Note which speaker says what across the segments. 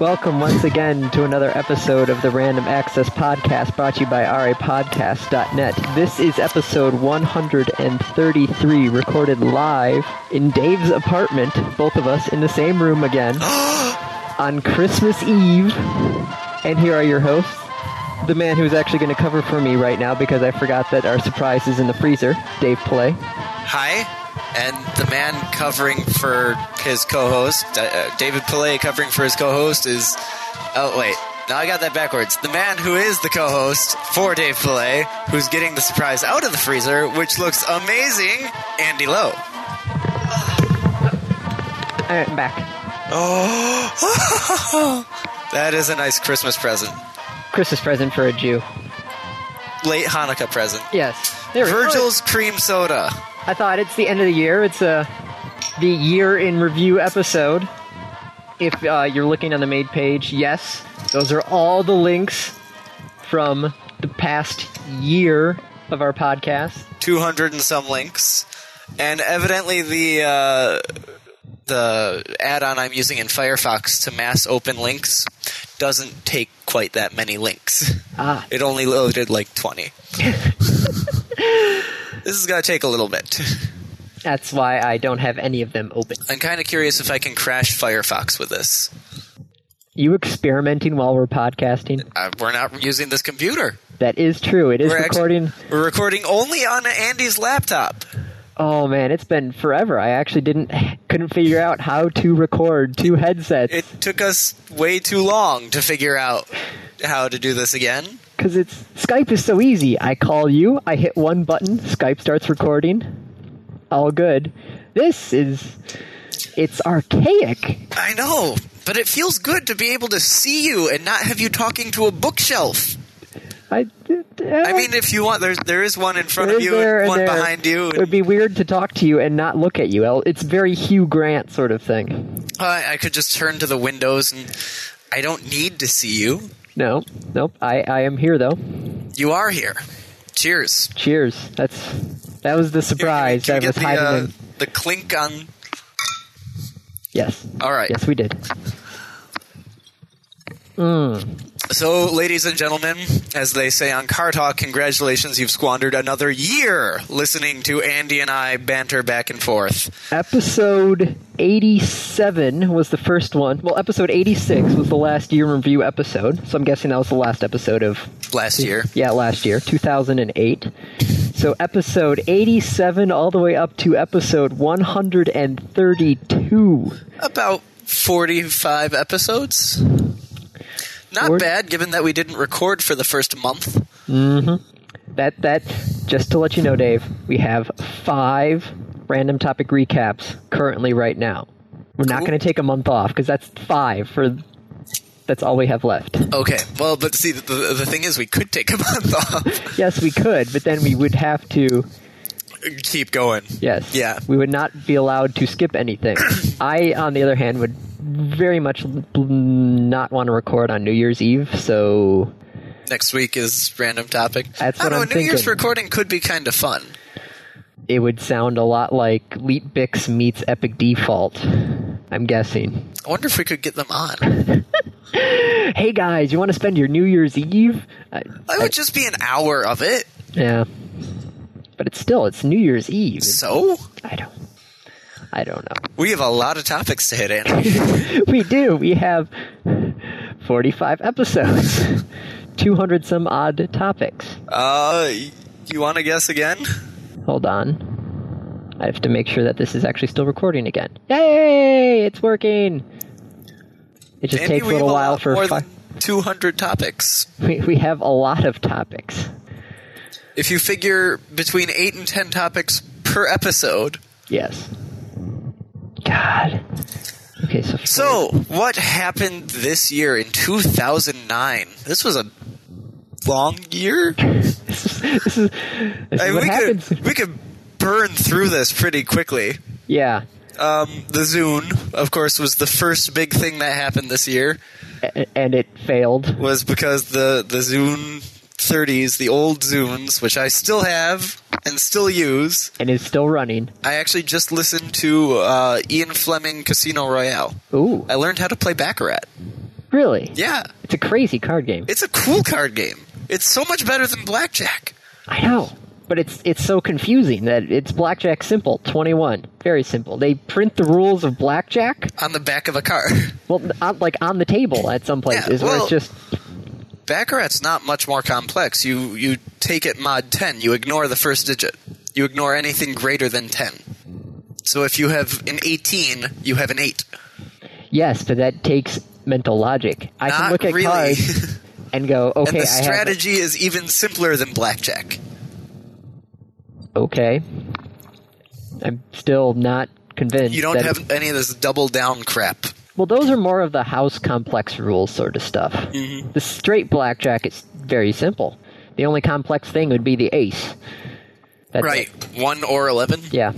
Speaker 1: Welcome once again to another episode of the Random Access Podcast brought to you by rapodcast.net. This is episode 133, recorded live in Dave's apartment, both of us in the same room again, on Christmas Eve. And here are your hosts the man who's actually going to cover for me right now because I forgot that our surprise is in the freezer, Dave Play.
Speaker 2: Hi, and the man covering for his co-host, uh, David Pillay, covering for his co-host is. Oh wait, no, I got that backwards. The man who is the co-host for Dave Pillay, who's getting the surprise out of the freezer, which looks amazing, Andy Lowe.
Speaker 1: All right, I'm Uh, back.
Speaker 2: That is a nice Christmas present,
Speaker 1: Christmas present for a Jew.
Speaker 2: late Hanukkah present.
Speaker 1: Yes. There we go.
Speaker 2: Virgil's cream soda.
Speaker 1: I thought it's the end of the year. It's uh, the year in review episode. If uh, you're looking on the made page, yes, those are all the links from the past year of our podcast.
Speaker 2: 200 and some links. And evidently, the uh, the add-on I'm using in Firefox to mass open links doesn't take quite that many links.
Speaker 1: Ah.
Speaker 2: It only loaded like 20. this is gonna take a little bit.
Speaker 1: That's why I don't have any of them open.
Speaker 2: I'm kind of curious if I can crash Firefox with this.
Speaker 1: You experimenting while we're podcasting?
Speaker 2: Uh, we're not using this computer.
Speaker 1: That is true. It is
Speaker 2: We're actu-
Speaker 1: recording.
Speaker 2: we're recording only on Andy's laptop.
Speaker 1: oh man, it's been forever. I actually didn't couldn't figure out how to record two headsets.
Speaker 2: It took us way too long to figure out how to do this again.
Speaker 1: Because it's Skype is so easy. I call you, I hit one button, Skype starts recording. All good. This is it's archaic.
Speaker 2: I know, but it feels good to be able to see you and not have you talking to a bookshelf.
Speaker 1: I, uh,
Speaker 2: I mean, if you want, there's there is one in front of you, and one behind you.
Speaker 1: It would be weird to talk to you and not look at you. Well, It's very Hugh Grant sort of thing.
Speaker 2: Uh, I, I could just turn to the windows, and I don't need to see you.
Speaker 1: No, nope. I, I am here though.
Speaker 2: You are here. Cheers.
Speaker 1: Cheers. That's that was the surprise
Speaker 2: Can
Speaker 1: I
Speaker 2: we
Speaker 1: was
Speaker 2: get the,
Speaker 1: hiding
Speaker 2: uh,
Speaker 1: in.
Speaker 2: the clink on?
Speaker 1: Yes.
Speaker 2: All right.
Speaker 1: Yes, we did.
Speaker 2: So, ladies and gentlemen, as they say on Car Talk, congratulations, you've squandered another year listening to Andy and I banter back and forth.
Speaker 1: Episode 87 was the first one. Well, episode 86 was the last year in review episode. So I'm guessing that was the last episode of,
Speaker 2: Last year,
Speaker 1: yeah, last year, 2008. So episode 87 all the way up to episode 132.
Speaker 2: about 45 episodes. Not
Speaker 1: Forty-
Speaker 2: bad, given that we didn't record for the first month.
Speaker 1: That, that, just to let you know, Dave, we have five random topic recaps currently right now. We're not
Speaker 2: Cool.
Speaker 1: going to take a month off because that's five for, that's all we have left.
Speaker 2: Okay, well, but see, the, the, the thing is, we could take a month off.
Speaker 1: Yes, we could, but then we would have to.
Speaker 2: Keep going.
Speaker 1: Yes.
Speaker 2: Yeah.
Speaker 1: We would not be allowed to skip anything. I, on the other hand, would very much l- not want to record on New Year's Eve, so
Speaker 2: Next week is random topic.
Speaker 1: That's
Speaker 2: I don't
Speaker 1: what
Speaker 2: know,
Speaker 1: I'm
Speaker 2: New Year's
Speaker 1: thinking.
Speaker 2: recording could be kind of fun.
Speaker 1: it would sound a lot like Leap Bix meets Epic Default. I'm guessing.
Speaker 2: I wonder if we could get them on.
Speaker 1: Hey guys, you want to spend your New Year's Eve? Uh,
Speaker 2: It would just be an hour of it.
Speaker 1: yeah. But it's still it's New Year's Eve.
Speaker 2: So?
Speaker 1: I don't. I don't know.
Speaker 2: We have a lot of topics to hit, Andy.
Speaker 1: We do. We have 45 episodes, 200 some odd topics.
Speaker 2: Uh, you want to guess again?
Speaker 1: Hold on. I have to make sure that this is actually still recording again. Yay! It's working! It just
Speaker 2: Andy,
Speaker 1: takes a
Speaker 2: we have
Speaker 1: little while
Speaker 2: lot
Speaker 1: for.
Speaker 2: more
Speaker 1: fi-
Speaker 2: than 200 topics.
Speaker 1: we, we have a lot of topics.
Speaker 2: If you figure between 8 and 10 topics per episode.
Speaker 1: Yes. God. Okay, so.
Speaker 2: So, what happened this year in 2009? This was a long year?
Speaker 1: this is, this
Speaker 2: I
Speaker 1: is
Speaker 2: mean,
Speaker 1: what
Speaker 2: we,
Speaker 1: happens.
Speaker 2: could, we could burn through this pretty quickly.
Speaker 1: Yeah.
Speaker 2: Um, the Zune, of course, was the first big thing that happened this year.
Speaker 1: A- and it failed.
Speaker 2: was because the the Zune 30s, the old Zunes, which I still have and still use.
Speaker 1: And is still running.
Speaker 2: I actually just listened to uh, Ian Fleming Casino Royale.
Speaker 1: Ooh.
Speaker 2: I learned how to play baccarat.
Speaker 1: Really?
Speaker 2: Yeah,
Speaker 1: It's a crazy card game.
Speaker 2: it's a cool card game. It's so much better than blackjack.
Speaker 1: I know. Oh. But it's it's so confusing that it's blackjack simple, 21. Very simple. They print the rules of blackjack,
Speaker 2: On the back of a car,
Speaker 1: well, on, like on the table at some places, where
Speaker 2: well-
Speaker 1: it's just
Speaker 2: baccarat's not much more complex. You you take it mod ten. You ignore the first digit. You ignore anything greater than ten. So if you have an eighteen, you have an eight.
Speaker 1: Yes, but that takes mental logic. I
Speaker 2: Not
Speaker 1: can look at
Speaker 2: really.
Speaker 1: cards and go, okay,
Speaker 2: and the
Speaker 1: I have
Speaker 2: strategy is even simpler than blackjack.
Speaker 1: okay. I'm still not convinced.
Speaker 2: You don't
Speaker 1: that-
Speaker 2: have any of this double down crap.
Speaker 1: Well, those are more of the house complex rules sort of stuff.
Speaker 2: Mm-hmm.
Speaker 1: The straight blackjack is very simple. The only complex thing would be the ace. That's
Speaker 2: Right,
Speaker 1: it.
Speaker 2: one or eleven.
Speaker 1: Yeah.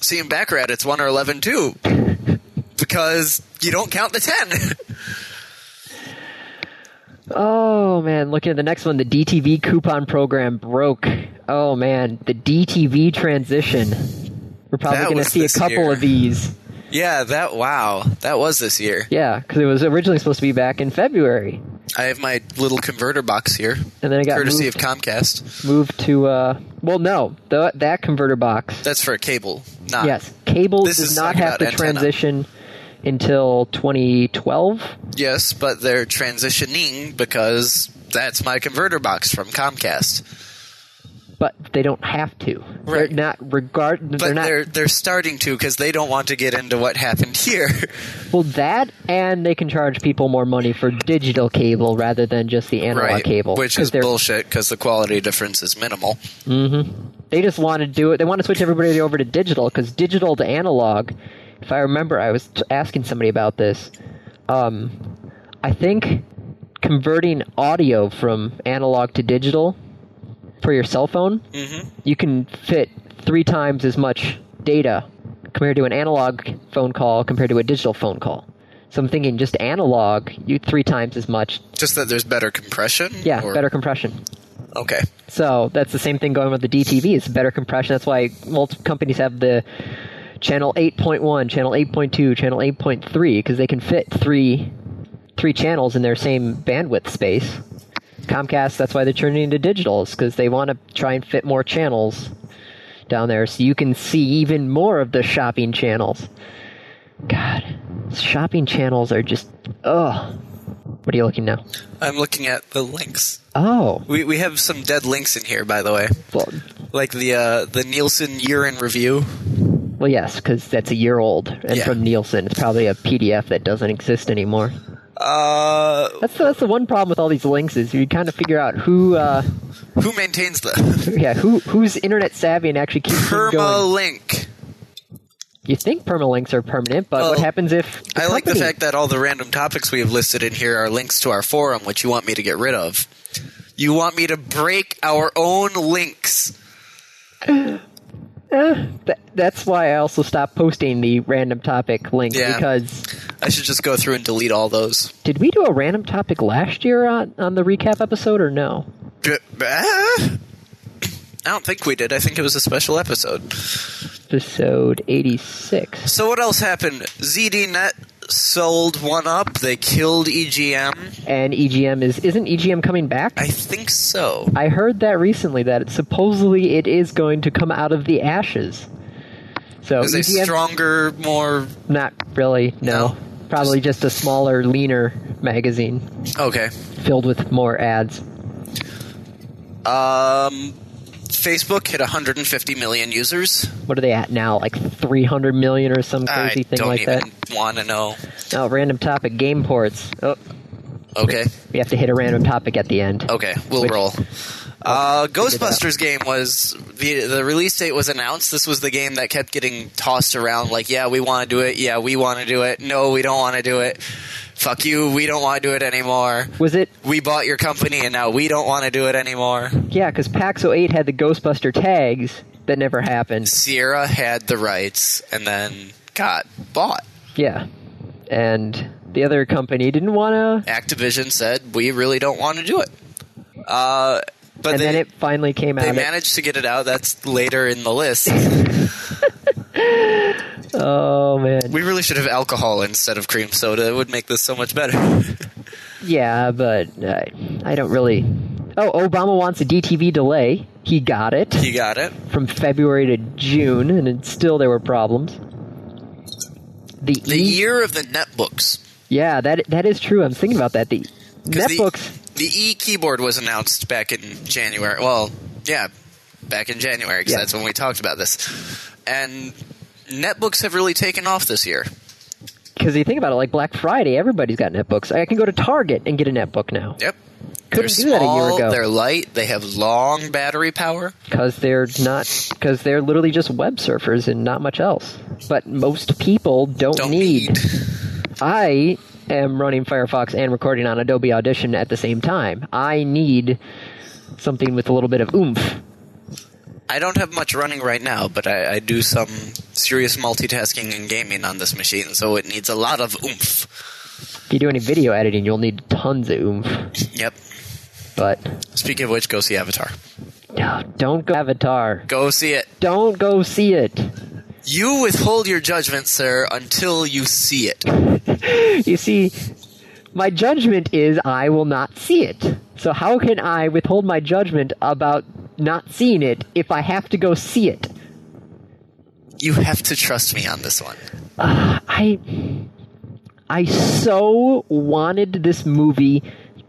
Speaker 2: See, in Baccarat, it's one or eleven too, because you don't count the ten.
Speaker 1: Oh man, looking at the next one, the DTV coupon program broke. Oh man, the DTV transition. We're probably
Speaker 2: That
Speaker 1: going to
Speaker 2: was
Speaker 1: see a
Speaker 2: this
Speaker 1: couple
Speaker 2: year.
Speaker 1: of these.
Speaker 2: yeah, that wow, that was this year.
Speaker 1: Yeah, because it was originally supposed to be back in February,
Speaker 2: I have my little converter box here,
Speaker 1: and then it got
Speaker 2: courtesy
Speaker 1: moved,
Speaker 2: of Comcast.
Speaker 1: moved to. Uh, well, no, the, that converter box.
Speaker 2: That's for cable, not
Speaker 1: yes, cable
Speaker 2: uh, This
Speaker 1: does
Speaker 2: is
Speaker 1: not
Speaker 2: talking
Speaker 1: have
Speaker 2: about
Speaker 1: to
Speaker 2: antenna.
Speaker 1: transition until 2012.
Speaker 2: Yes, but they're transitioning because that's my converter box from Comcast.
Speaker 1: But they don't have to.
Speaker 2: Right.
Speaker 1: They're not regard.
Speaker 2: But
Speaker 1: they're not.
Speaker 2: they're they're starting to because they don't want to get into what happened here.
Speaker 1: well, that and they can charge people more money for digital cable rather than just the analog cable,
Speaker 2: Which
Speaker 1: 'cause
Speaker 2: is
Speaker 1: they're-
Speaker 2: bullshit because the quality difference is minimal.
Speaker 1: they just want to do it. They want to switch everybody over to digital because digital to analog. If I remember, I was t- asking somebody about this. Um, I think converting audio from analog to digital for your cell phone, you can fit three times as much data compared to an analog phone call compared to a digital phone call. So I'm thinking just analog, you three times as much.
Speaker 2: Just that there's better compression.
Speaker 1: Yeah,
Speaker 2: or-
Speaker 1: better compression.
Speaker 2: Okay.
Speaker 1: So that's the same thing going with the DTV. It's better compression. That's why multiple companies have the channel 8.1, channel 8.2, channel 8.3 because they can fit three three channels in their same bandwidth space. Comcast, that's why they're turning into digitals because they want to try and fit more channels down there so you can see even more of the shopping channels. God, shopping channels are just ugh. What are you looking now?
Speaker 2: I'm looking at the links.
Speaker 1: Oh,
Speaker 2: We we have some dead links in here, by the way,
Speaker 1: well,
Speaker 2: like the uh, the Nielsen year in review.
Speaker 1: Well, yes, because that's a year old, and
Speaker 2: Yeah.
Speaker 1: from Nielsen, it's probably a PDF that doesn't exist anymore.
Speaker 2: Uh,
Speaker 1: That's the, that's the one problem with all these links is you kind of figure out who, uh,
Speaker 2: who maintains the
Speaker 1: yeah, who who's internet savvy and actually keeps them going.
Speaker 2: permalink?
Speaker 1: You think permalinks are permanent, but what
Speaker 2: Well,
Speaker 1: happens if the
Speaker 2: Oh, I like the
Speaker 1: company-
Speaker 2: fact that all the random topics we have listed in here are links to our forum, which you want me to get rid of. You want me to break our own links?
Speaker 1: Th- that's why I also stopped posting the random topic links
Speaker 2: Yeah.
Speaker 1: because
Speaker 2: I should just go through and delete all those.
Speaker 1: did we do a random topic last year on on the recap episode or no?
Speaker 2: D- ah? I don't think we did. I think it was a special episode.
Speaker 1: Episode eighty six.
Speaker 2: So what else happened? ZDNet sold one up. They killed E EGM.
Speaker 1: And EGM is isn't EGM coming back?
Speaker 2: I think so.
Speaker 1: I heard that recently that it's supposedly it is going to come out of the ashes. So
Speaker 2: Is a
Speaker 1: EGM
Speaker 2: stronger, more
Speaker 1: not really, no.
Speaker 2: No?
Speaker 1: Probably just a smaller, leaner magazine
Speaker 2: okay.
Speaker 1: filled with more ads.
Speaker 2: Um, Facebook hit 150 million users.
Speaker 1: What are they at now? Like 300 million or some crazy
Speaker 2: I
Speaker 1: thing
Speaker 2: don't
Speaker 1: like
Speaker 2: even want to know.
Speaker 1: that? Oh, random topic game ports. Oh,
Speaker 2: Okay,
Speaker 1: we have to hit a random topic at the end.
Speaker 2: okay, we'll
Speaker 1: Which-
Speaker 2: roll. Uh,
Speaker 1: it out.
Speaker 2: Ghostbusters game was the the release date was announced. This was the game that kept getting tossed around. Like, yeah, we want to do it. Yeah, we want to do it. No, we don't want to do it. Fuck you. We don't want to do it anymore.
Speaker 1: Was it?
Speaker 2: we bought your company and now we don't want to do it anymore.
Speaker 1: Yeah, because PAX 08 had the Ghostbuster tags that never happened.
Speaker 2: Sierra had the rights and then got bought.
Speaker 1: Yeah. And the other company didn't want to
Speaker 2: Activision said, we really don't want to do it. Uh, but
Speaker 1: and
Speaker 2: they,
Speaker 1: then it finally came
Speaker 2: they
Speaker 1: out.
Speaker 2: managed to get it out. That's later in the list.
Speaker 1: Oh man.
Speaker 2: We really should have alcohol instead of cream soda. It would make this so much better.
Speaker 1: Yeah, but uh, I don't really. Oh, Obama wants a DTV delay. He got it
Speaker 2: you got it.
Speaker 1: from February to June, and it, still there were problems. The,
Speaker 2: The
Speaker 1: E-
Speaker 2: year of the netbooks.
Speaker 1: yeah, that that is true. I'm thinking about that. The
Speaker 2: 'Cause the-
Speaker 1: netbooks,
Speaker 2: The, E keyboard was announced back in January. Well, yeah, back in January because
Speaker 1: Yeah.
Speaker 2: that's when we talked about this. And netbooks have really taken off this year.
Speaker 1: because you think about it, like Black Friday, everybody's got netbooks. I can go to Target and get a netbook now
Speaker 2: Yep.
Speaker 1: Couldn't
Speaker 2: they're
Speaker 1: do that a year
Speaker 2: small,
Speaker 1: ago.
Speaker 2: They're light. They have long battery power.
Speaker 1: because they're not because they're literally just web surfers and not much else. But most people don't,
Speaker 2: Don't
Speaker 1: need.
Speaker 2: need.
Speaker 1: I am running Firefox and recording on Adobe Audition at the same time. I need something with a little bit of oomph.
Speaker 2: I don't have much running right now, but I, I do some serious multitasking and gaming on this machine, so it needs a lot of oomph.
Speaker 1: If you do any video editing, you'll need tons of oomph.
Speaker 2: Yep.
Speaker 1: But
Speaker 2: Speaking of which, go see Avatar.
Speaker 1: no, don't go Avatar.
Speaker 2: Go see it.
Speaker 1: Don't go see it.
Speaker 2: You withhold your judgment, sir, until you see it.
Speaker 1: You see, my judgment is I will not see it. So how can I withhold my judgment about not seeing it if I have to go see it?
Speaker 2: You have to trust me on this one.
Speaker 1: I I so wanted this movie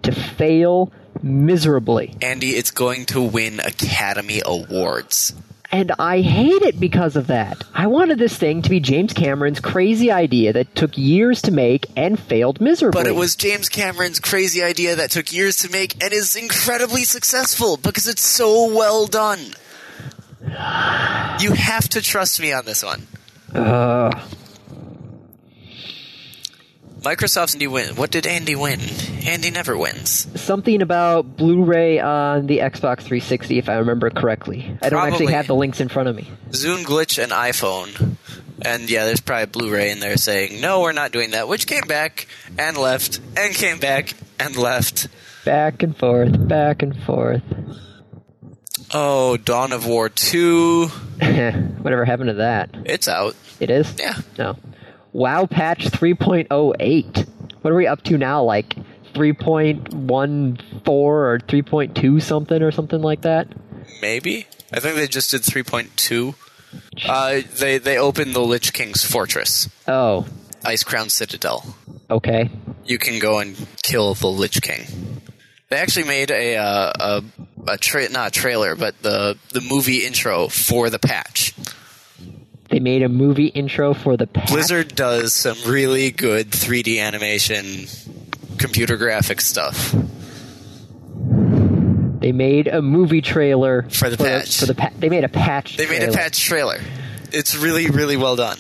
Speaker 1: to fail miserably.
Speaker 2: Andy, it's going to win Academy Awards.
Speaker 1: And I hate it because of that. I wanted this thing to be James Cameron's crazy idea that took years to make and failed miserably.
Speaker 2: But it was James Cameron's crazy idea that took years to make and is incredibly successful because it's so well done. You have to trust me on this one.
Speaker 1: Ugh.
Speaker 2: Microsoft's Andy win. What did Andy win? Andy never wins.
Speaker 1: something about Blu-ray on the Xbox 360 if I remember correctly. I don't actually
Speaker 2: Probably.
Speaker 1: have the links in front of me.
Speaker 2: Zoom glitch and iPhone. And yeah, there's probably Blu-ray in there saying, "No, we're not doing that." Which came back and left and came back and left.
Speaker 1: Back and forth, back and forth.
Speaker 2: Oh, Dawn of War 2.
Speaker 1: Whatever happened to that?
Speaker 2: It's out.
Speaker 1: It is?
Speaker 2: Yeah.
Speaker 1: No. WoW patch 3.08. What are we up to now? Like 3.14 or 3.2 something or something like that?
Speaker 2: Maybe. I think they just did 3.2. Uh, they they opened the Lich King's fortress,
Speaker 1: Oh,
Speaker 2: Ice Crown Citadel.
Speaker 1: okay.
Speaker 2: You can go and kill the Lich King. They actually made a uh, a, a tra- not a trailer, but the the movie intro for the patch.
Speaker 1: They made a movie intro for the patch.
Speaker 2: Blizzard does some really good 3D animation, computer graphic stuff.
Speaker 1: They made a movie trailer
Speaker 2: For the patch.
Speaker 1: For the pa- they made a patch.
Speaker 2: They made a
Speaker 1: trailer.
Speaker 2: patch trailer. It's really really well done.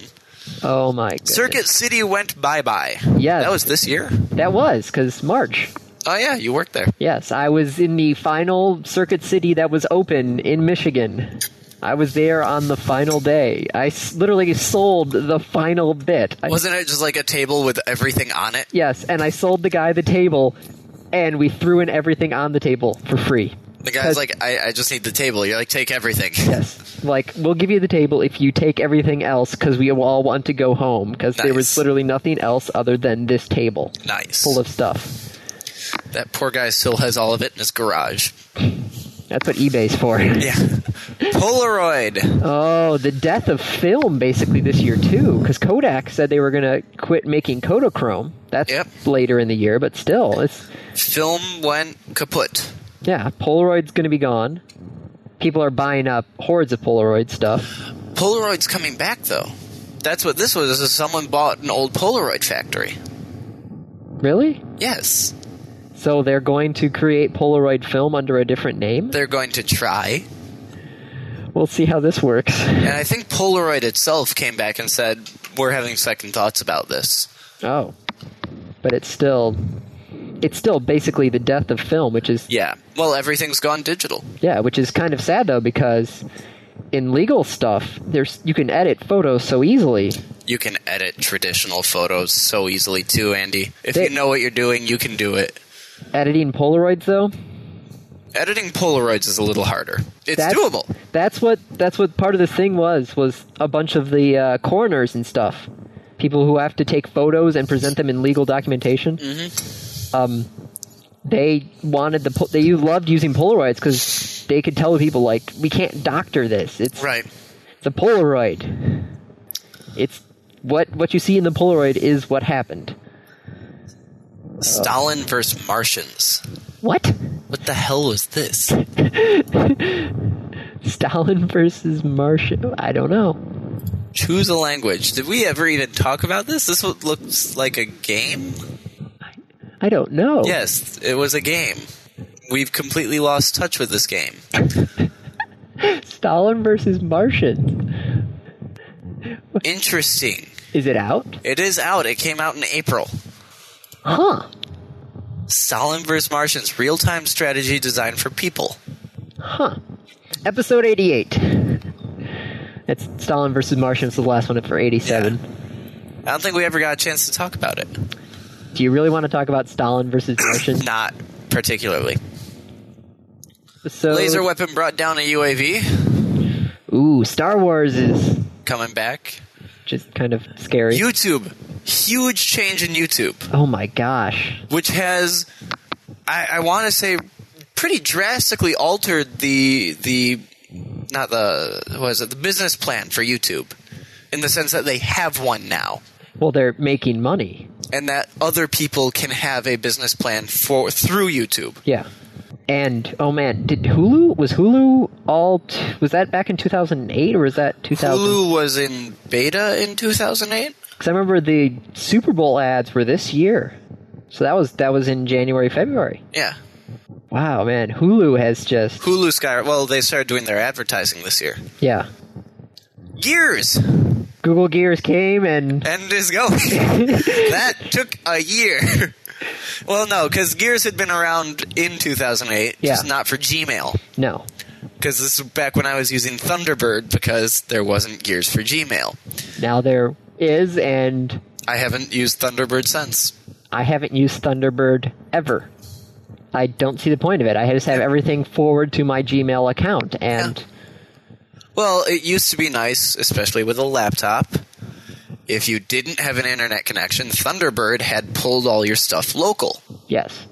Speaker 1: Oh my god.
Speaker 2: Circuit City went bye bye.
Speaker 1: Yes.
Speaker 2: that was this year.
Speaker 1: That was because March.
Speaker 2: Oh yeah, you worked there.
Speaker 1: Yes, I was in the final Circuit City that was open in Michigan. I was there on the final day. I s- literally sold the final bit. I,
Speaker 2: Wasn't it just like a table with everything on it?
Speaker 1: yes, and I sold the guy the table, and we threw in everything on the table for free.
Speaker 2: The guy's like, I, I just need the table. You're like, take everything.
Speaker 1: Yes, like we'll give you the table if you take everything else because we all want to go home because there was
Speaker 2: Nice.
Speaker 1: literally nothing else other than this table
Speaker 2: Nice.
Speaker 1: full of stuff.
Speaker 2: that poor guy still has all of it in his garage.
Speaker 1: That's what eBay's for.
Speaker 2: Yeah. Polaroid.
Speaker 1: Oh, the death of film basically this year too, because Kodak said they were gonna quit making Kodachrome. That's
Speaker 2: Yep.
Speaker 1: later in the year, but still, it's
Speaker 2: Film went kaput.
Speaker 1: yeah. Polaroid's gonna be gone. People are buying up hordes of Polaroid stuff.
Speaker 2: Polaroid's coming back though. That's what this was. Is someone bought an old Polaroid factory?
Speaker 1: Really?
Speaker 2: Yes.
Speaker 1: So they're going to create Polaroid film under a different name.
Speaker 2: They're going to try.
Speaker 1: We'll see how this works.
Speaker 2: And I think Polaroid itself came back and said, "We're having second thoughts about this."
Speaker 1: Oh, but it's still, it's still basically the death of film, which is
Speaker 2: Yeah. Well, everything's gone digital.
Speaker 1: Yeah, which is kind of sad though because in legal stuff, there's you can edit photos so easily.
Speaker 2: You can edit traditional photos so easily too, Andy. If
Speaker 1: They-
Speaker 2: you know what you're doing, you can do it.
Speaker 1: Editing Polaroids though,
Speaker 2: Editing Polaroids is a little harder. It's
Speaker 1: That's-
Speaker 2: doable.
Speaker 1: That's what that's what part of this thing was was a bunch of the uh, coroners and stuff, people who have to take photos and present them in legal documentation. Mm-hmm. Um, they wanted the po- they loved using Polaroids because they could tell people like we can't doctor this. It's
Speaker 2: Right.
Speaker 1: it's a Polaroid. It's what what you see in the Polaroid is what happened.
Speaker 2: Stalin versus Martians.
Speaker 1: What?
Speaker 2: What the hell was this?
Speaker 1: Stalin versus Martian? I don't know.
Speaker 2: Choose a language. Did we ever even talk about this? This what looks like a game.
Speaker 1: I don't know.
Speaker 2: Yes, it was a game. We've completely lost touch with this game.
Speaker 1: Stalin versus Martian.
Speaker 2: Interesting.
Speaker 1: Is it out?
Speaker 2: It is out. It came out in April.
Speaker 1: Huh.
Speaker 2: Stalin vs. Martians, real time strategy designed for people.
Speaker 1: Huh. Episode 88. That's Stalin versus Martian. It's the last one for 87.
Speaker 2: I don't think we ever got a chance to talk about it.
Speaker 1: Do you really want to talk about Stalin versus Martian?
Speaker 2: Not particularly.
Speaker 1: Episode...
Speaker 2: Laser weapon brought down a UAV.
Speaker 1: Ooh, Star Wars is
Speaker 2: Coming back.
Speaker 1: just kind of scary.
Speaker 2: YouTube. Huge change in YouTube,
Speaker 1: Oh my gosh.
Speaker 2: which has, I, I want to say, pretty drastically altered the the not the what is it the business plan for YouTube, in the sense that they have one now.
Speaker 1: Well, they're making money.
Speaker 2: and that other people can have a business plan for through YouTube.
Speaker 1: Yeah. And oh man, did Hulu was Hulu all t- was that back in 2008 or was that 2000?
Speaker 2: Hulu was in beta in 2008.
Speaker 1: Cuz I remember the Super Bowl ads were this year. So that was that was in January, February.
Speaker 2: Yeah,
Speaker 1: Wow, man, Hulu has just
Speaker 2: Hulu Sky. Well, they started doing their advertising this year.
Speaker 1: yeah.
Speaker 2: Years
Speaker 1: Google Gears came and
Speaker 2: and is going. that took a year. Well, no, because Gears had been around in 2008, just
Speaker 1: Yeah.
Speaker 2: not for Gmail.
Speaker 1: no.
Speaker 2: Because this is back when I was using Thunderbird because there wasn't Gears for Gmail.
Speaker 1: Now there is and
Speaker 2: I haven't used Thunderbird since.
Speaker 1: I haven't used Thunderbird ever. I don't see the point of it. I just have everything forward to my Gmail account and
Speaker 2: Well, it used to be nice, especially with a laptop. If you didn't have an internet connection, Thunderbird had pulled all your stuff local.
Speaker 1: yes.